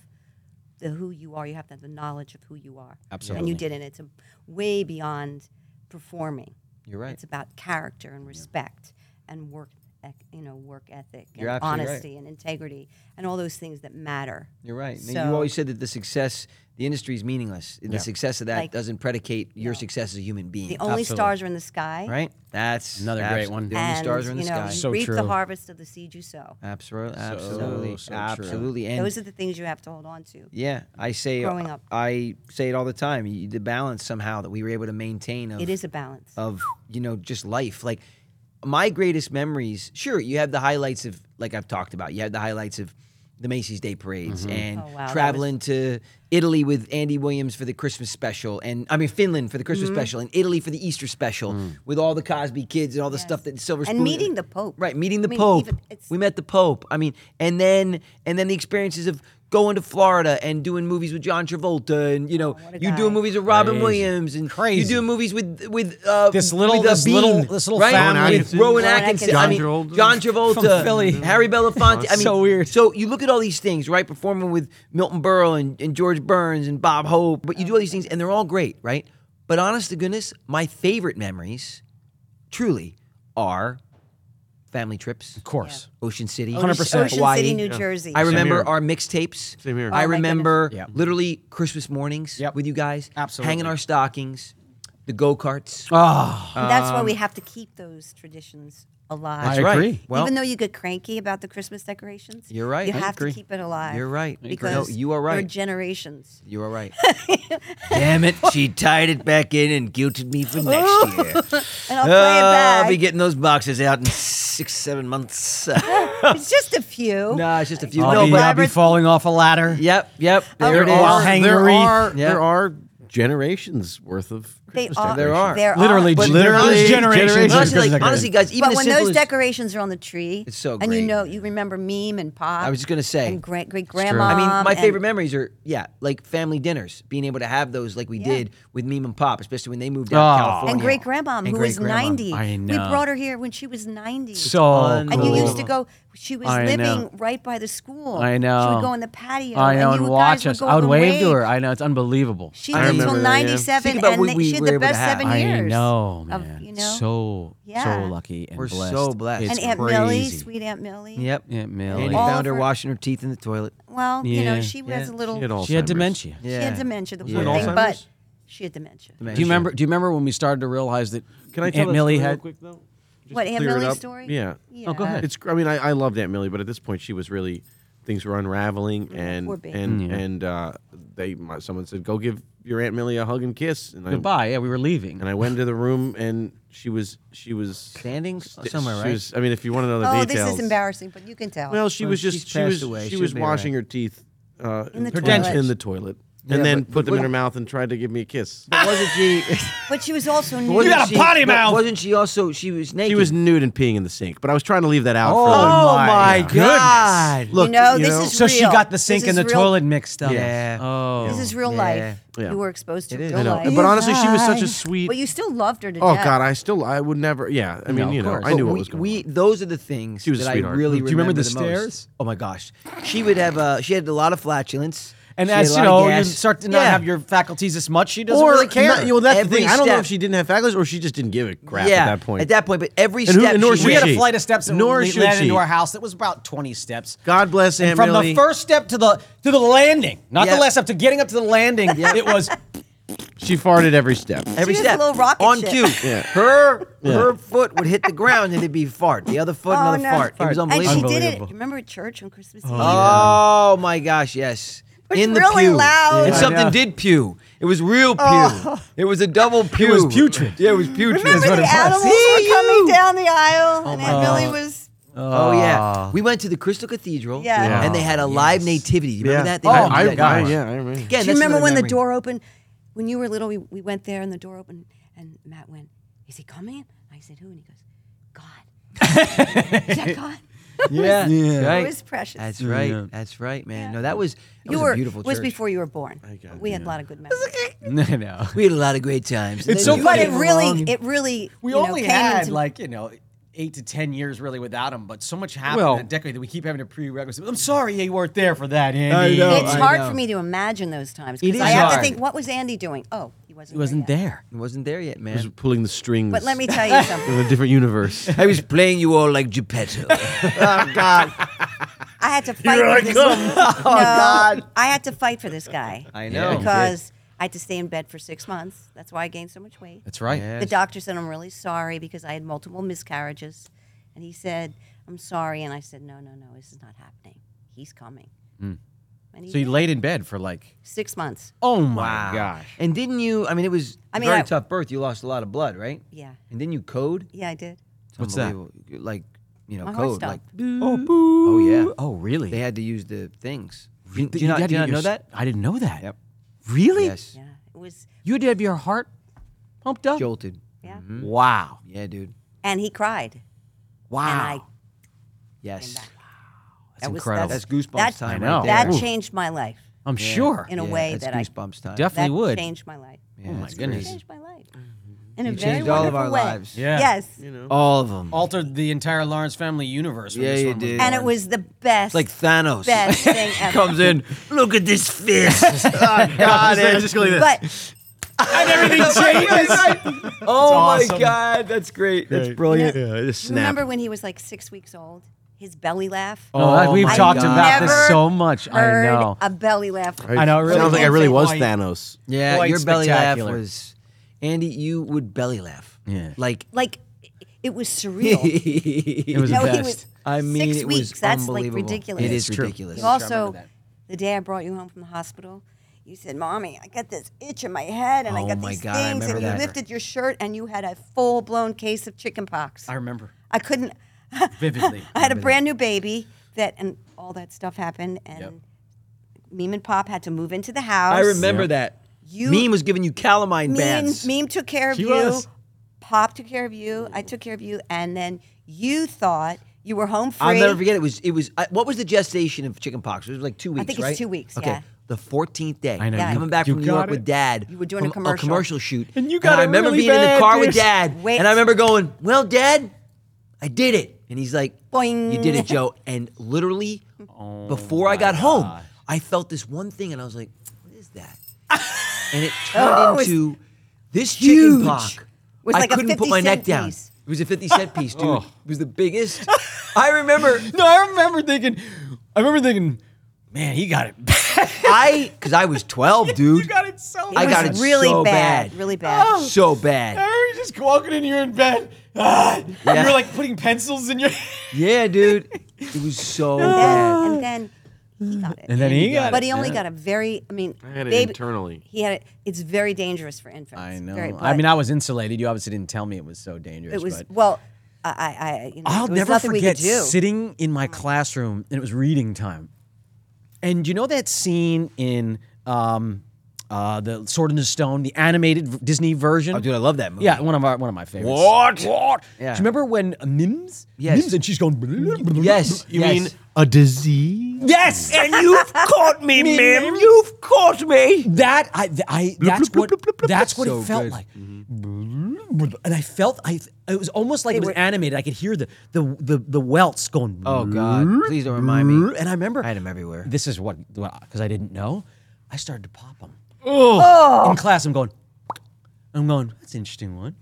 Speaker 4: the who you are. You have to have the knowledge of who you are. And
Speaker 1: Absolutely.
Speaker 4: you didn't. It's a, way beyond performing.
Speaker 1: You're right.
Speaker 4: It's about character and respect and work, ec- you know, work ethic and
Speaker 1: You're absolutely right.
Speaker 4: honesty and integrity and all those things that matter.
Speaker 1: you're right And
Speaker 4: So-
Speaker 1: you always said that the success the industry is meaningless the success of that
Speaker 4: Like-
Speaker 1: doesn't predicate your success as a human being
Speaker 4: The only stars are in the sky.
Speaker 1: right that's
Speaker 2: Another great
Speaker 1: absolutely-
Speaker 2: one.
Speaker 1: the only
Speaker 4: and,
Speaker 1: stars are in the
Speaker 4: you know,
Speaker 1: sky
Speaker 4: You
Speaker 2: So
Speaker 4: reap the
Speaker 2: true.
Speaker 4: harvest of the seed you sow.
Speaker 1: absolutely absolutely
Speaker 2: so true.
Speaker 1: absolutely and
Speaker 4: Those are the things you have to hold on to.
Speaker 1: Yeah, I say
Speaker 4: Growing up.
Speaker 1: I say it all the time. You, the balance somehow that we were able to maintain of
Speaker 4: It is a balance.
Speaker 1: of you know just life. Like my greatest memories. Sure, you have the highlights of like I've talked about. You have the highlights of the Macy's Day parades and
Speaker 4: Oh, wow, that
Speaker 1: traveling to Italy with Andy Williams for the Christmas special, and I mean Finland for the Christmas
Speaker 4: Mm-hmm.
Speaker 1: special, and Italy for the Easter special with all the Cosby kids and all the stuff that Silver
Speaker 4: And
Speaker 1: Spoon
Speaker 4: meeting the Pope.
Speaker 1: Right, meeting the
Speaker 4: I mean,
Speaker 1: Pope.
Speaker 4: even- it's-
Speaker 1: we met the Pope. I mean, and then and then the experiences of going to Florida and doing movies with John Travolta, and you know,
Speaker 4: Oh, a
Speaker 1: you
Speaker 4: guy.
Speaker 1: doing movies with Robin
Speaker 2: Crazy.
Speaker 1: Williams, and you
Speaker 2: Crazy.
Speaker 1: doing movies with with uh,
Speaker 2: This little-
Speaker 1: with, uh,
Speaker 2: this little-
Speaker 1: Bean,
Speaker 2: this little
Speaker 1: right?
Speaker 2: family.
Speaker 1: with Rowan
Speaker 4: Rowan
Speaker 1: Atkinson,
Speaker 4: Atkinson.
Speaker 1: I mean,
Speaker 3: John Travolta.
Speaker 1: John Travolta,
Speaker 2: From Philly. Oh,
Speaker 1: Harry Belafonte. I mean,
Speaker 2: So weird.
Speaker 1: So you look at all these things, right? Performing with Milton Berle and, and George Burns and Bob Hope, but you do all these things, and they're all great, right? But honest to goodness, my favorite memories, truly, are family trips.
Speaker 2: of course
Speaker 1: Ocean City,
Speaker 2: 100%.
Speaker 4: Ocean
Speaker 1: Hawaii.
Speaker 4: City, New Jersey.
Speaker 1: I remember
Speaker 3: here.
Speaker 1: our mixtapes.
Speaker 3: Same here.
Speaker 1: I
Speaker 4: Oh my
Speaker 1: remember
Speaker 2: goodness. Yeah.
Speaker 1: literally Christmas mornings
Speaker 2: Yep.
Speaker 1: with you guys,
Speaker 2: Absolutely.
Speaker 1: hanging our stockings, the go karts.
Speaker 2: Ah,
Speaker 4: And that's why
Speaker 1: um,
Speaker 4: we have to keep those traditions alive.
Speaker 2: I agree.
Speaker 1: Well,
Speaker 4: Even though you get cranky about the Christmas decorations,
Speaker 1: You're right.
Speaker 4: You
Speaker 1: I
Speaker 4: have
Speaker 1: agree.
Speaker 4: to keep it alive.
Speaker 1: You're right. I agree.
Speaker 4: Because
Speaker 1: No, you are
Speaker 4: there
Speaker 1: right.
Speaker 4: generations.
Speaker 1: you are right. Damn it! She tied it back in and guilted me for next year.
Speaker 4: And I'll play it
Speaker 1: Oh,
Speaker 4: back.
Speaker 1: I'll be getting those boxes out in six, seven months.
Speaker 4: it's just a few.
Speaker 1: no, it's just a few.
Speaker 2: I'll,
Speaker 1: no,
Speaker 2: be,
Speaker 1: but
Speaker 2: I'll be falling off a ladder.
Speaker 1: yep, yep. There
Speaker 4: There
Speaker 1: it
Speaker 4: are-
Speaker 1: is.
Speaker 2: I'll hang the
Speaker 3: there
Speaker 2: wreath.
Speaker 3: are
Speaker 1: Yeah.
Speaker 3: there are generations worth of
Speaker 4: They
Speaker 3: Christmas
Speaker 4: are.
Speaker 1: There are.
Speaker 4: There
Speaker 2: Literally,
Speaker 4: are.
Speaker 1: But
Speaker 2: literally,
Speaker 1: honestly-
Speaker 2: generations.
Speaker 1: But
Speaker 2: of
Speaker 1: honestly, like,
Speaker 2: Christmas
Speaker 1: honestly,
Speaker 2: decorations.
Speaker 1: guys, even
Speaker 4: but
Speaker 1: as
Speaker 4: when
Speaker 1: simple
Speaker 4: those
Speaker 1: as-
Speaker 4: decorations are on the tree,
Speaker 1: It's so
Speaker 4: and you
Speaker 1: great.
Speaker 4: know, you remember meme and pop.
Speaker 1: I was just gonna say.
Speaker 4: and great great
Speaker 3: true.
Speaker 4: grandma.
Speaker 1: I mean, my favorite memories are yeah, like family dinners, being able to have those like we did with Meme and Pop, especially when they moved out to
Speaker 2: Oh.
Speaker 1: California.
Speaker 4: and great grandma who was
Speaker 1: great-grandma.
Speaker 4: ninety.
Speaker 2: I
Speaker 4: We
Speaker 2: know.
Speaker 4: brought her here when she was ninety.
Speaker 2: So
Speaker 4: And
Speaker 2: cool.
Speaker 4: you used to go. She was
Speaker 2: Oh. I
Speaker 4: living
Speaker 2: know.
Speaker 4: right by the school.
Speaker 2: I
Speaker 4: She
Speaker 2: know.
Speaker 4: would go in the patio.
Speaker 2: I know,
Speaker 4: and,
Speaker 2: and
Speaker 4: you
Speaker 2: watch
Speaker 4: guys would
Speaker 2: us.
Speaker 4: go
Speaker 2: I would
Speaker 4: and
Speaker 2: wave, to her. I know it's unbelievable.
Speaker 4: She
Speaker 3: I
Speaker 4: lived
Speaker 3: remember
Speaker 4: until
Speaker 3: that, yeah.
Speaker 4: '97,
Speaker 1: Think about
Speaker 4: and
Speaker 1: what
Speaker 4: they-
Speaker 1: we
Speaker 4: she had
Speaker 1: were
Speaker 4: the
Speaker 1: able to
Speaker 4: best
Speaker 1: have.
Speaker 4: seven
Speaker 2: I
Speaker 4: years.
Speaker 2: know,
Speaker 4: of,
Speaker 2: man.
Speaker 4: you know,
Speaker 2: So
Speaker 4: Yeah.
Speaker 2: so lucky and
Speaker 1: We're
Speaker 2: blessed.
Speaker 1: so blessed.
Speaker 2: It's
Speaker 4: and Aunt
Speaker 2: crazy.
Speaker 4: Millie, sweet Aunt Millie.
Speaker 1: Yep.
Speaker 2: Aunt Millie.
Speaker 1: Annie
Speaker 4: All
Speaker 1: found
Speaker 4: of
Speaker 1: her
Speaker 4: her-
Speaker 1: washing her teeth in the toilet.
Speaker 4: Well, you
Speaker 2: Yeah,
Speaker 4: know, she was
Speaker 1: yeah.
Speaker 4: a little.
Speaker 3: She had
Speaker 2: She had
Speaker 3: Alzheimer's.
Speaker 2: dementia.
Speaker 4: She had dementia, the
Speaker 1: Yeah.
Speaker 4: poor
Speaker 1: Yeah.
Speaker 4: thing, but she had dementia.
Speaker 2: Do you remember? Do you remember when we started to realize that
Speaker 3: Can I tell
Speaker 2: Aunt
Speaker 3: that
Speaker 2: Millie
Speaker 3: story real
Speaker 2: had?
Speaker 3: quick though? Just
Speaker 4: What,
Speaker 3: to
Speaker 4: Aunt
Speaker 3: clear it
Speaker 4: Millie's
Speaker 3: up?
Speaker 4: story?
Speaker 3: Yeah.
Speaker 4: Yeah. Oh, go ahead.
Speaker 3: It's. I mean, I, I loved Aunt Millie, but at this point, she was really things were unraveling, and
Speaker 4: Mm, poor baby.
Speaker 1: Mm,
Speaker 3: and and uh, they my, someone said, "Go give your Aunt Millie a hug and kiss." And I,
Speaker 2: Goodbye. Yeah, we were leaving.
Speaker 3: and I went into the room, and she was she was
Speaker 1: Standing
Speaker 3: st-
Speaker 1: somewhere,
Speaker 3: she
Speaker 1: right?
Speaker 3: was- I mean, if you want to know the
Speaker 4: Oh,
Speaker 3: details,
Speaker 4: this is embarrassing, but you can tell.
Speaker 3: Well, she
Speaker 1: Well,
Speaker 3: was
Speaker 1: she's
Speaker 3: just she
Speaker 1: passed
Speaker 3: was
Speaker 1: away.
Speaker 3: she
Speaker 1: She'll
Speaker 3: was
Speaker 1: be
Speaker 3: washing her teeth uh,
Speaker 4: In the
Speaker 3: her
Speaker 4: toilet.
Speaker 3: dentures in the toilet, and then
Speaker 1: but-
Speaker 3: put them in
Speaker 1: but-
Speaker 3: her mouth and tried to give me a kiss.
Speaker 1: Wasn't she?
Speaker 4: but she was also new.
Speaker 1: wasn't
Speaker 5: got a
Speaker 1: she-
Speaker 5: potty
Speaker 1: but
Speaker 5: mouth.
Speaker 1: Wasn't she also? She was naked.
Speaker 3: She was nude and peeing in the sink, but I was trying to leave that out. for
Speaker 1: Oh,
Speaker 3: like-
Speaker 1: my God!
Speaker 4: you know, this
Speaker 3: know?
Speaker 4: is
Speaker 2: so she
Speaker 4: real.
Speaker 2: got the
Speaker 4: This
Speaker 2: sink and
Speaker 4: is
Speaker 2: the
Speaker 4: real-
Speaker 2: toilet mixed up.
Speaker 1: Yeah.
Speaker 2: Oh.
Speaker 4: This is real
Speaker 1: Yeah.
Speaker 4: life.
Speaker 3: Yeah.
Speaker 4: You were exposed to
Speaker 1: It is.
Speaker 4: real
Speaker 1: I know.
Speaker 4: life.
Speaker 3: But honestly, she was such a sweet.
Speaker 4: But you still loved her to
Speaker 3: Oh
Speaker 4: death.
Speaker 3: God, I still I would never. Yeah, I mean,
Speaker 2: of
Speaker 3: you know,
Speaker 2: course.
Speaker 3: I
Speaker 1: But
Speaker 3: knew what
Speaker 1: we,
Speaker 3: was going
Speaker 1: we-
Speaker 3: on.
Speaker 1: those are the things
Speaker 3: She was a
Speaker 1: that I
Speaker 3: sweetheart.
Speaker 1: really
Speaker 2: Do you remember the
Speaker 1: most.
Speaker 2: stairs?
Speaker 1: Oh my gosh, she would have. Uh, she had a lot of flatulence.
Speaker 2: And
Speaker 1: She had
Speaker 2: as
Speaker 1: a
Speaker 2: you
Speaker 1: lot of
Speaker 2: know, you
Speaker 1: gas.
Speaker 2: start to not
Speaker 1: Yeah.
Speaker 2: have your faculties as much. She doesn't really care.
Speaker 3: Not, well, that's the
Speaker 1: Every
Speaker 3: thing. I don't know
Speaker 1: step.
Speaker 3: if she didn't have faculties or she just didn't give a crap
Speaker 1: yeah,
Speaker 3: at that point.
Speaker 1: At that point, but every
Speaker 3: And who-
Speaker 1: step
Speaker 3: and nor
Speaker 1: she
Speaker 3: should
Speaker 2: we had
Speaker 1: went-
Speaker 2: a
Speaker 3: she.
Speaker 2: flight of steps that
Speaker 3: Nor
Speaker 2: le-
Speaker 3: should
Speaker 2: led into
Speaker 3: she.
Speaker 2: our house that was about 20 steps.
Speaker 3: God bless
Speaker 2: and
Speaker 3: Aunt
Speaker 2: from
Speaker 3: Millie.
Speaker 2: the first step to the to the landing, not
Speaker 1: Yeah.
Speaker 2: the last step to getting up to the landing, it was
Speaker 3: she farted every step.
Speaker 1: Every
Speaker 4: She was a
Speaker 1: step
Speaker 4: little rocket
Speaker 1: on
Speaker 4: ship.
Speaker 1: cue.
Speaker 3: Yeah.
Speaker 1: Her her foot would hit the ground and it'd be fart. The other foot, another fart. It was
Speaker 4: Oh, and
Speaker 1: unbelievable.
Speaker 4: she did it.
Speaker 3: Unbelievable.
Speaker 4: Remember at church on Christmas Eve?
Speaker 1: Oh my gosh, yes.
Speaker 4: It was
Speaker 1: In the
Speaker 4: really
Speaker 1: pew.
Speaker 4: loud.
Speaker 1: And
Speaker 4: Yeah.
Speaker 1: something did pew. It was real pew. It was a double pew.
Speaker 2: Oh. was putrid.
Speaker 1: Yeah, it was putrid.
Speaker 4: Remember the animals
Speaker 1: See
Speaker 4: were coming
Speaker 1: you.
Speaker 4: down the aisle, and it really was.
Speaker 1: Oh yeah. We went to the Crystal Cathedral
Speaker 4: Yeah. Yeah.
Speaker 1: and they had a live nativity. You remember that? They
Speaker 2: Oh,
Speaker 1: had to do
Speaker 3: I, I,
Speaker 1: that.
Speaker 2: God.
Speaker 3: yeah, I remember.
Speaker 1: Again,
Speaker 4: Do you
Speaker 1: that's
Speaker 4: remember
Speaker 1: another
Speaker 4: when the
Speaker 1: memory.
Speaker 4: door opened? When you were little, we, we went there, and the door opened, and Matt went, "Is he coming?" I said, "Who?" And he goes, "God." Is that God?
Speaker 2: yeah.
Speaker 4: It
Speaker 1: Right.
Speaker 4: was precious.
Speaker 1: That's right. That's right, man. No, that was that
Speaker 4: you
Speaker 1: was
Speaker 4: were
Speaker 1: a beautiful
Speaker 4: was
Speaker 1: church.
Speaker 4: before you were born. we had a lot of good memories.
Speaker 2: No, no.
Speaker 1: we had a lot of great times.
Speaker 2: It's
Speaker 1: Then
Speaker 2: so
Speaker 1: you-
Speaker 4: But
Speaker 2: funny.
Speaker 4: it really,
Speaker 2: Wrong.
Speaker 4: it really,
Speaker 2: We
Speaker 4: you know,
Speaker 2: only
Speaker 4: came
Speaker 2: had
Speaker 4: into-
Speaker 2: like you know. Eight to ten years, really, without him, but so much happened
Speaker 3: Well-
Speaker 2: in that decade that we keep having to prerequisite. I'm sorry you weren't there for that, Andy.
Speaker 1: know.
Speaker 4: It's
Speaker 1: I
Speaker 4: hard
Speaker 1: know.
Speaker 4: for me to imagine those times.
Speaker 1: It
Speaker 4: because
Speaker 1: is
Speaker 4: I have to
Speaker 1: hard.
Speaker 4: think, what was Andy doing? Oh, he wasn't.
Speaker 2: He wasn't
Speaker 4: there. yet.
Speaker 2: there.
Speaker 1: It wasn't there yet, man.
Speaker 3: She was pulling the strings.
Speaker 4: But let me tell you
Speaker 3: in
Speaker 4: something.
Speaker 3: a different universe.
Speaker 1: I was playing you all like Geppetto. oh God.
Speaker 4: I had to fight for this. Oh God! I had to fight for this guy.
Speaker 1: I know. Yeah, you did.
Speaker 4: because I had to stay in bed for six months. That's why I gained so much weight.
Speaker 2: That's right.
Speaker 4: The doctor said, I'm really sorry because I had multiple miscarriages. And he said, I'm sorry. And I said, No, no, no, this is not happening. He's coming.
Speaker 1: Mm.
Speaker 4: And he
Speaker 2: So you
Speaker 4: did.
Speaker 2: laid in bed for like,
Speaker 4: six months.
Speaker 2: oh my gosh.
Speaker 1: And didn't you? I mean, it was
Speaker 4: I
Speaker 1: a
Speaker 4: mean,
Speaker 1: very
Speaker 4: I-
Speaker 1: tough birth. You lost a lot of blood, right?
Speaker 4: Yeah.
Speaker 1: And then you code.
Speaker 4: Yeah, I did.
Speaker 1: It's
Speaker 2: What's that?
Speaker 1: unbelievable. Like you know,
Speaker 4: My heart
Speaker 1: code. Like
Speaker 4: stopped.
Speaker 2: Oh, boo.
Speaker 1: Oh, yeah.
Speaker 2: Oh, really?
Speaker 1: they had to use the things. Do you,
Speaker 2: Did
Speaker 1: do you not,
Speaker 2: had
Speaker 1: do you
Speaker 2: to
Speaker 1: not
Speaker 2: get
Speaker 1: know
Speaker 2: your s-
Speaker 1: that?
Speaker 2: I didn't know that.
Speaker 1: Yep.
Speaker 2: Really?
Speaker 1: Yes.
Speaker 4: Yeah. It was,
Speaker 2: You had to have your heart pumped up?
Speaker 1: Jolted.
Speaker 4: yeah.
Speaker 1: Mm-hmm.
Speaker 2: Wow.
Speaker 1: Yeah, dude.
Speaker 4: And he cried.
Speaker 2: Wow.
Speaker 4: And I,
Speaker 1: Yes.
Speaker 4: that was
Speaker 2: incredible.
Speaker 1: That's goosebumps
Speaker 4: that-
Speaker 1: time.
Speaker 2: I know.
Speaker 1: Right
Speaker 4: That
Speaker 1: there.
Speaker 4: changed my life
Speaker 2: I'm sure.
Speaker 4: in a
Speaker 1: Yeah,
Speaker 4: way
Speaker 1: that's
Speaker 4: that I
Speaker 1: goosebumps time.
Speaker 4: that
Speaker 2: Definitely would.
Speaker 4: changed my life.
Speaker 1: Yeah,
Speaker 2: Oh, my
Speaker 1: that's
Speaker 2: goodness.
Speaker 1: crazy.
Speaker 4: Changed my life. In a
Speaker 1: You
Speaker 4: very
Speaker 1: changed all of
Speaker 4: wonderful
Speaker 1: our
Speaker 4: way.
Speaker 1: lives.
Speaker 2: Yeah.
Speaker 4: Yes.
Speaker 1: All of
Speaker 2: Mm.
Speaker 1: them.
Speaker 2: Altered the entire Lawrence family universe. when
Speaker 1: Yeah,
Speaker 2: this
Speaker 1: you
Speaker 2: one was
Speaker 1: did.
Speaker 2: born.
Speaker 4: And it was the best,
Speaker 1: like Thanos
Speaker 4: best thing ever.
Speaker 1: comes in. Look at this fist. oh God.
Speaker 6: I'm
Speaker 1: it-
Speaker 6: just going like this.
Speaker 4: But
Speaker 1: and everything changes. oh my
Speaker 2: awesome.
Speaker 1: God, that's great. That's brilliant.
Speaker 6: Yeah, it just snapped.
Speaker 4: remember when he was like six weeks old? His belly laugh.
Speaker 2: Oh, that- we've
Speaker 1: my
Speaker 2: talked
Speaker 1: God.
Speaker 2: about
Speaker 4: Never
Speaker 2: this so much. I
Speaker 4: heard
Speaker 2: know.
Speaker 4: A belly laugh.
Speaker 2: I know, it really
Speaker 3: Sounds like I
Speaker 2: was.
Speaker 3: really was
Speaker 2: Why-
Speaker 3: Thanos.
Speaker 1: Yeah,
Speaker 2: Quite
Speaker 1: your belly laugh
Speaker 2: spectacular.
Speaker 1: was, Andy. You would belly laugh.
Speaker 2: Yeah.
Speaker 1: like
Speaker 4: Like it was surreal.
Speaker 2: it was
Speaker 4: no,
Speaker 2: the
Speaker 4: he
Speaker 2: best.
Speaker 4: was.
Speaker 1: I mean,
Speaker 4: six
Speaker 1: it was
Speaker 4: weeks. That's like
Speaker 1: unbelievable.
Speaker 4: ridiculous.
Speaker 1: It is It's true. ridiculous.
Speaker 4: You
Speaker 1: I
Speaker 4: also,
Speaker 2: remember
Speaker 4: the day I brought you home from the hospital, you said, "Mommy, I got this itch in my head, and I
Speaker 1: Oh
Speaker 4: got
Speaker 1: my
Speaker 4: these
Speaker 1: God, I
Speaker 4: things," and
Speaker 1: remember that.
Speaker 4: you lifted your shirt, and you had a full-blown case of chickenpox.
Speaker 2: I remember
Speaker 4: I couldn't.
Speaker 2: vividly.
Speaker 4: I had a brand new baby that, and all that stuff happened, and.
Speaker 2: Yep.
Speaker 4: Meme and Pop had to move into the house.
Speaker 1: I remember that.
Speaker 4: You-
Speaker 1: Meme was giving you calamine
Speaker 4: Meme,
Speaker 1: bands.
Speaker 4: Meme took care of
Speaker 2: She
Speaker 4: you.
Speaker 2: was.
Speaker 4: Pop took care of you. I took care of you. And then you thought you were home free.
Speaker 1: I'll never forget. It was. It was. I, what was the gestation of chickenpox? It was like two weeks.
Speaker 4: think it's
Speaker 1: right?
Speaker 4: two weeks,
Speaker 1: Okay.
Speaker 4: yeah.
Speaker 1: The fourteenth day. I
Speaker 2: know,
Speaker 4: Yeah. you-
Speaker 1: Coming back
Speaker 2: you
Speaker 1: from New York
Speaker 2: got
Speaker 1: with
Speaker 2: it.
Speaker 1: Dad.
Speaker 4: You were doing a
Speaker 1: from
Speaker 4: commercial.
Speaker 1: shoot.
Speaker 2: And you got
Speaker 1: I
Speaker 2: it
Speaker 1: remember
Speaker 2: really
Speaker 1: being in the
Speaker 2: bad,
Speaker 1: car with
Speaker 2: dude.
Speaker 1: Dad.
Speaker 4: Wait.
Speaker 1: And I remember going, "Well, Dad, I did it." And he's like,
Speaker 4: Boing.
Speaker 1: "You did it, Joe." And literally,
Speaker 2: Oh
Speaker 1: before I got home, I felt this one thing, and I was like, "What is that?" and it
Speaker 4: Oh,
Speaker 1: turned into this chicken pox.
Speaker 4: It was
Speaker 1: I
Speaker 4: like a
Speaker 1: couldn't put
Speaker 4: 50
Speaker 1: my neck
Speaker 4: cent
Speaker 1: down.
Speaker 4: piece.
Speaker 1: It was a 50 cent piece, dude. It was the biggest. I remember
Speaker 2: No, I remember thinking. I remember thinking, man, he got it.
Speaker 1: I, because I was 12, dude.
Speaker 2: he got it so.
Speaker 1: I
Speaker 4: was
Speaker 1: got it
Speaker 4: really
Speaker 1: so
Speaker 4: bad, really bad. Oh.
Speaker 1: So bad.
Speaker 2: I remember just walking in here in bed. Ah,
Speaker 1: Yeah.
Speaker 2: You were like putting pencils in your.
Speaker 1: Yeah, dude. It was so bad.
Speaker 4: And then, and then he got it.
Speaker 2: And then he got
Speaker 4: But
Speaker 2: it,
Speaker 4: he only
Speaker 2: yeah.
Speaker 4: got a very. I mean,
Speaker 3: I had it
Speaker 4: baby-
Speaker 3: internally.
Speaker 4: He had it. It's very dangerous for infants. Very,
Speaker 2: I
Speaker 4: but
Speaker 2: mean, I was insulated. You obviously didn't tell me it was so dangerous.
Speaker 4: it was
Speaker 2: but-
Speaker 4: well. I, I, I you know,
Speaker 2: I'll
Speaker 4: there was
Speaker 2: never
Speaker 4: nothing we
Speaker 2: forget
Speaker 4: could do. Mm-hmm.
Speaker 2: sitting in my classroom and it was reading time. And you know that scene in um, uh, the Sword in the Stone, the animated v- Disney version.
Speaker 1: Oh, dude, I love that movie.
Speaker 2: Yeah, one of our one of my favorites.
Speaker 5: What? What?
Speaker 1: Yeah.
Speaker 2: Do you remember when Mims?
Speaker 1: Yes.
Speaker 2: Mims and she's going.
Speaker 1: Yes.
Speaker 6: You
Speaker 1: yes.
Speaker 6: mean a disease?
Speaker 2: Yes.
Speaker 1: And you've caught Mm. me, Mim. You've caught me.
Speaker 2: That I, th- I that's
Speaker 6: bloop,
Speaker 2: what
Speaker 6: bloop, bloop, bloop.
Speaker 2: that's what
Speaker 1: So
Speaker 2: it felt
Speaker 1: good. Mm-hmm.
Speaker 2: like, and I felt I it was almost like it was animated. I could hear the the the, the welts going.
Speaker 1: Oh God! Please don't remind me.
Speaker 2: And I remember
Speaker 1: I Oh. had him everywhere.
Speaker 2: This is what because I didn't know. I started to pop them.
Speaker 4: Oh.
Speaker 2: In class, I'm going, I'm going, that's an interesting one.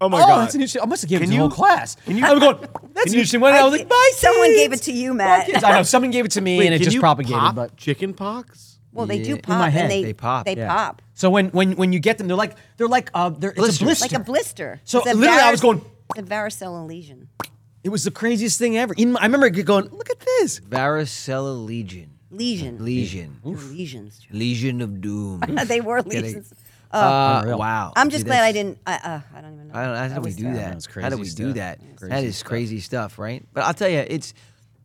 Speaker 5: Oh my
Speaker 2: oh,
Speaker 5: god.
Speaker 2: that's an interesting. I must have given it
Speaker 5: Can
Speaker 2: to the whole
Speaker 5: you-
Speaker 2: class.
Speaker 5: can you-
Speaker 2: I'm going. That's an interesting one. I, was like, my
Speaker 4: Someone
Speaker 2: kids,
Speaker 4: gave it to you,
Speaker 2: my
Speaker 4: Matt.
Speaker 2: kids." I know someone gave it to me, and it
Speaker 3: Can
Speaker 2: just
Speaker 3: you
Speaker 2: propagated.
Speaker 3: pop
Speaker 2: But
Speaker 3: chicken pox.
Speaker 4: Well, they do
Speaker 2: my
Speaker 4: pop,
Speaker 2: head,
Speaker 4: and they,
Speaker 1: they pop,
Speaker 4: They
Speaker 1: yeah.
Speaker 4: pop
Speaker 2: so when when when you get them, they're like they're like uh, they're it's a
Speaker 1: Blisters.
Speaker 4: like
Speaker 2: blister.
Speaker 4: a blister.
Speaker 2: So
Speaker 4: It's a
Speaker 2: literally, I was going-
Speaker 4: It's a varicella lesion.
Speaker 2: it was the craziest thing ever. In my, I remember going, look at this.
Speaker 1: Varicella legion.
Speaker 4: Lesion.
Speaker 1: Legion.
Speaker 4: They're Lesions.
Speaker 1: Legion of doom.
Speaker 4: they were lesions.
Speaker 1: Uh,
Speaker 2: Unreal.
Speaker 1: wow.
Speaker 4: Oh. I'm just
Speaker 1: Dude,
Speaker 4: glad I
Speaker 1: that's-
Speaker 4: didn't. I, uh, I don't even know.
Speaker 1: I don't know. How did we do that?
Speaker 2: That's
Speaker 1: how did
Speaker 2: crazy
Speaker 1: we
Speaker 2: stuff.
Speaker 1: do that? that
Speaker 2: Crazy
Speaker 1: is
Speaker 2: stuff.
Speaker 1: crazy stuff, right? But I'll tell you, it's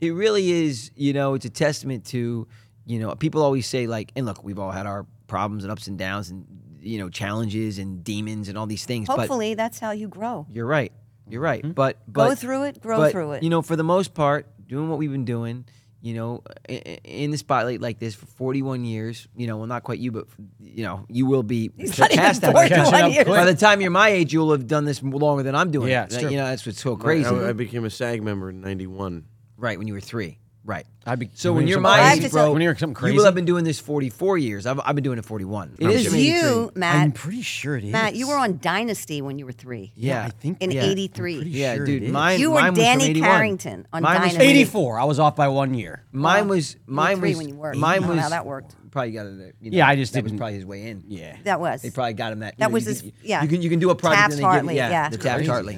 Speaker 1: it really is. You know, it's a testament to you know people always say like, and look, we've all had our problems and ups and downs and you know challenges and demons and all these things.
Speaker 4: Hopefully, that's how you grow.
Speaker 1: but you're right. You're right.
Speaker 2: Mm-hmm.
Speaker 1: But, but
Speaker 4: Go through it, grow
Speaker 1: but,
Speaker 4: through it.
Speaker 1: You know, for the most part, doing what we've been doing. You know, i- i- in the spotlight like this for 41 years. You know, well, not quite you, but you know, you will be
Speaker 4: not even
Speaker 1: surpassed that by the
Speaker 4: 41
Speaker 1: time-
Speaker 4: years.
Speaker 1: By the time you're my age, you'll have done this m- longer than I'm doing.
Speaker 2: Yeah,
Speaker 1: it.
Speaker 2: it's true.
Speaker 1: you know, that's what's so
Speaker 3: I-
Speaker 1: crazy.
Speaker 3: I, I became a SAG member in '91.
Speaker 1: Right when you were three. Right.
Speaker 2: I'd be-
Speaker 1: so
Speaker 2: when
Speaker 1: when
Speaker 2: you're
Speaker 1: you're
Speaker 2: something
Speaker 1: my
Speaker 4: crazy- I
Speaker 1: age,
Speaker 4: just-
Speaker 1: bro,
Speaker 2: when you're something
Speaker 1: you will
Speaker 2: crazy.
Speaker 1: have been doing this 44 years. I've, I've been doing it 41. It
Speaker 4: Because you, Matt.
Speaker 2: I'm pretty sure it is.
Speaker 4: Matt, you were on Dynasty when you were three.
Speaker 1: Yeah,
Speaker 2: I think
Speaker 4: in
Speaker 2: yeah.
Speaker 1: I'm
Speaker 4: '83.
Speaker 2: pretty
Speaker 1: Yeah,
Speaker 2: sure it
Speaker 1: dude.
Speaker 2: is.
Speaker 1: Mine.
Speaker 4: You were
Speaker 1: mine was from
Speaker 4: Danny
Speaker 1: 81.
Speaker 4: Carrington on
Speaker 1: Mine was
Speaker 4: Dynasty.
Speaker 1: from 80
Speaker 2: 84. I was off by one year.
Speaker 1: Mine was. Mine
Speaker 4: three
Speaker 1: was.
Speaker 4: when you were. I
Speaker 1: Mine
Speaker 4: don't know
Speaker 1: was.
Speaker 4: how that worked.
Speaker 1: Probably got it. You know,
Speaker 2: Yeah, I just
Speaker 1: that was
Speaker 2: didn't-
Speaker 1: probably his way in.
Speaker 2: Yeah.
Speaker 4: That was.
Speaker 1: They probably got him that. you
Speaker 4: That
Speaker 1: know,
Speaker 4: was
Speaker 1: you
Speaker 4: his-
Speaker 1: can-
Speaker 4: yeah.
Speaker 1: You can you can do a project
Speaker 4: Taft
Speaker 1: and then give-
Speaker 4: Hartley, yeah.
Speaker 1: the Taft
Speaker 4: Crazy.
Speaker 1: Hartley.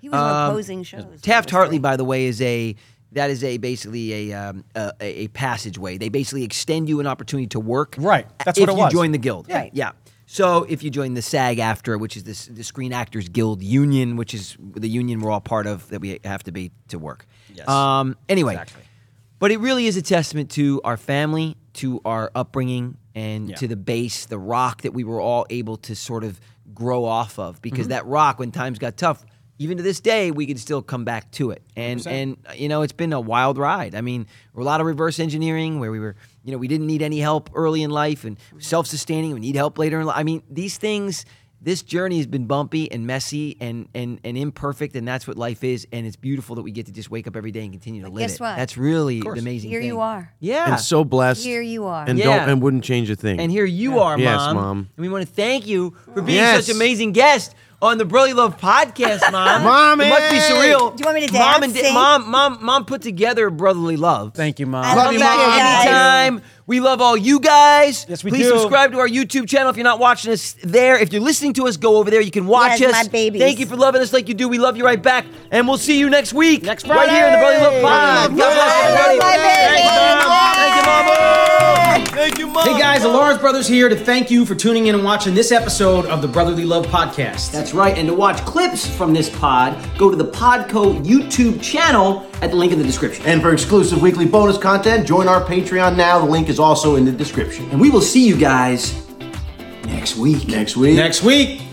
Speaker 4: he was on opposing shows. when he
Speaker 1: Um, Taft
Speaker 4: was
Speaker 1: Hartley,
Speaker 4: three.
Speaker 1: by the way, is a that is a basically a, um, a a passageway. They basically extend you an opportunity to work.
Speaker 2: Right. That's
Speaker 1: if
Speaker 2: what it
Speaker 1: you
Speaker 2: was.
Speaker 1: join the guild.
Speaker 4: Yeah. Right.
Speaker 1: Yeah. So if you join the SAG after, which is this the Screen Actors Guild Union, which is the union we're all part of that we have to be to work.
Speaker 2: Yes.
Speaker 1: Um, anyway.
Speaker 2: Exactly.
Speaker 1: But it really is a testament to our family, to our upbringing, and
Speaker 2: Yeah.
Speaker 1: to the base, the rock that we were all able to sort of grow off of.
Speaker 4: Mm-hmm.
Speaker 1: Because that rock, when times got tough, even to this day, we could still come back to it. And and uh, you know, it's been a wild ride. I mean, a lot of reverse engineering where we were, you know, we didn't need any help early in life, and
Speaker 4: Mm-hmm.
Speaker 1: self-sustaining, we need help later in life. I mean, these things. This journey has been bumpy and messy and, and, and imperfect, and that's what life is. And it's beautiful that we get to just wake up every day and continue to live
Speaker 4: guess
Speaker 1: it.
Speaker 4: what?
Speaker 1: That's really the amazing
Speaker 4: Here
Speaker 1: thing.
Speaker 4: you are.
Speaker 1: Yeah.
Speaker 3: And so blessed.
Speaker 4: Here you are.
Speaker 3: And
Speaker 1: Yeah.
Speaker 3: don't and wouldn't change a thing.
Speaker 1: And here you are,
Speaker 3: Yes,
Speaker 1: Mom.
Speaker 3: Mom.
Speaker 1: And we want to thank you for being
Speaker 3: Yes.
Speaker 1: such amazing guest on the Brilly Love podcast, Mom.
Speaker 3: Mommy!
Speaker 1: It must be surreal.
Speaker 4: Do you want me to
Speaker 1: Mom
Speaker 4: dance,
Speaker 1: and da-
Speaker 4: sing?
Speaker 1: Mom, Mom, Mom put together Brotherly Love.
Speaker 2: Thank you, Mom.
Speaker 4: I
Speaker 6: Love
Speaker 4: love
Speaker 6: you,
Speaker 4: you,
Speaker 6: Mom.
Speaker 4: guys.
Speaker 1: Anytime. We love all you guys.
Speaker 2: Yes, we
Speaker 1: Please
Speaker 2: do.
Speaker 1: subscribe to our YouTube channel if you're not watching us there. If you're listening to us, go over there. You can watch
Speaker 4: Yes,
Speaker 1: us.
Speaker 4: my babies.
Speaker 1: Thank you for loving us like you do. We love you right back. And we'll see you next week.
Speaker 2: Next
Speaker 1: Right here in the Brotherly Love Pod. God bless everybody.
Speaker 4: my babies.
Speaker 1: Thanks, Mom. Thank you, Mama. Thank you, Mama.
Speaker 7: Hey guys, the Lawrence Brothers here to thank you for tuning in and watching this episode of the Brotherly Love Podcast.
Speaker 1: That's right. And to watch clips from this pod, go to the Podco YouTube channel at the link in the description.
Speaker 6: And for exclusive weekly bonus content, join our Patreon now. The link is also in the description.
Speaker 1: And we will see you guys next week.
Speaker 6: Next week.
Speaker 7: Next week,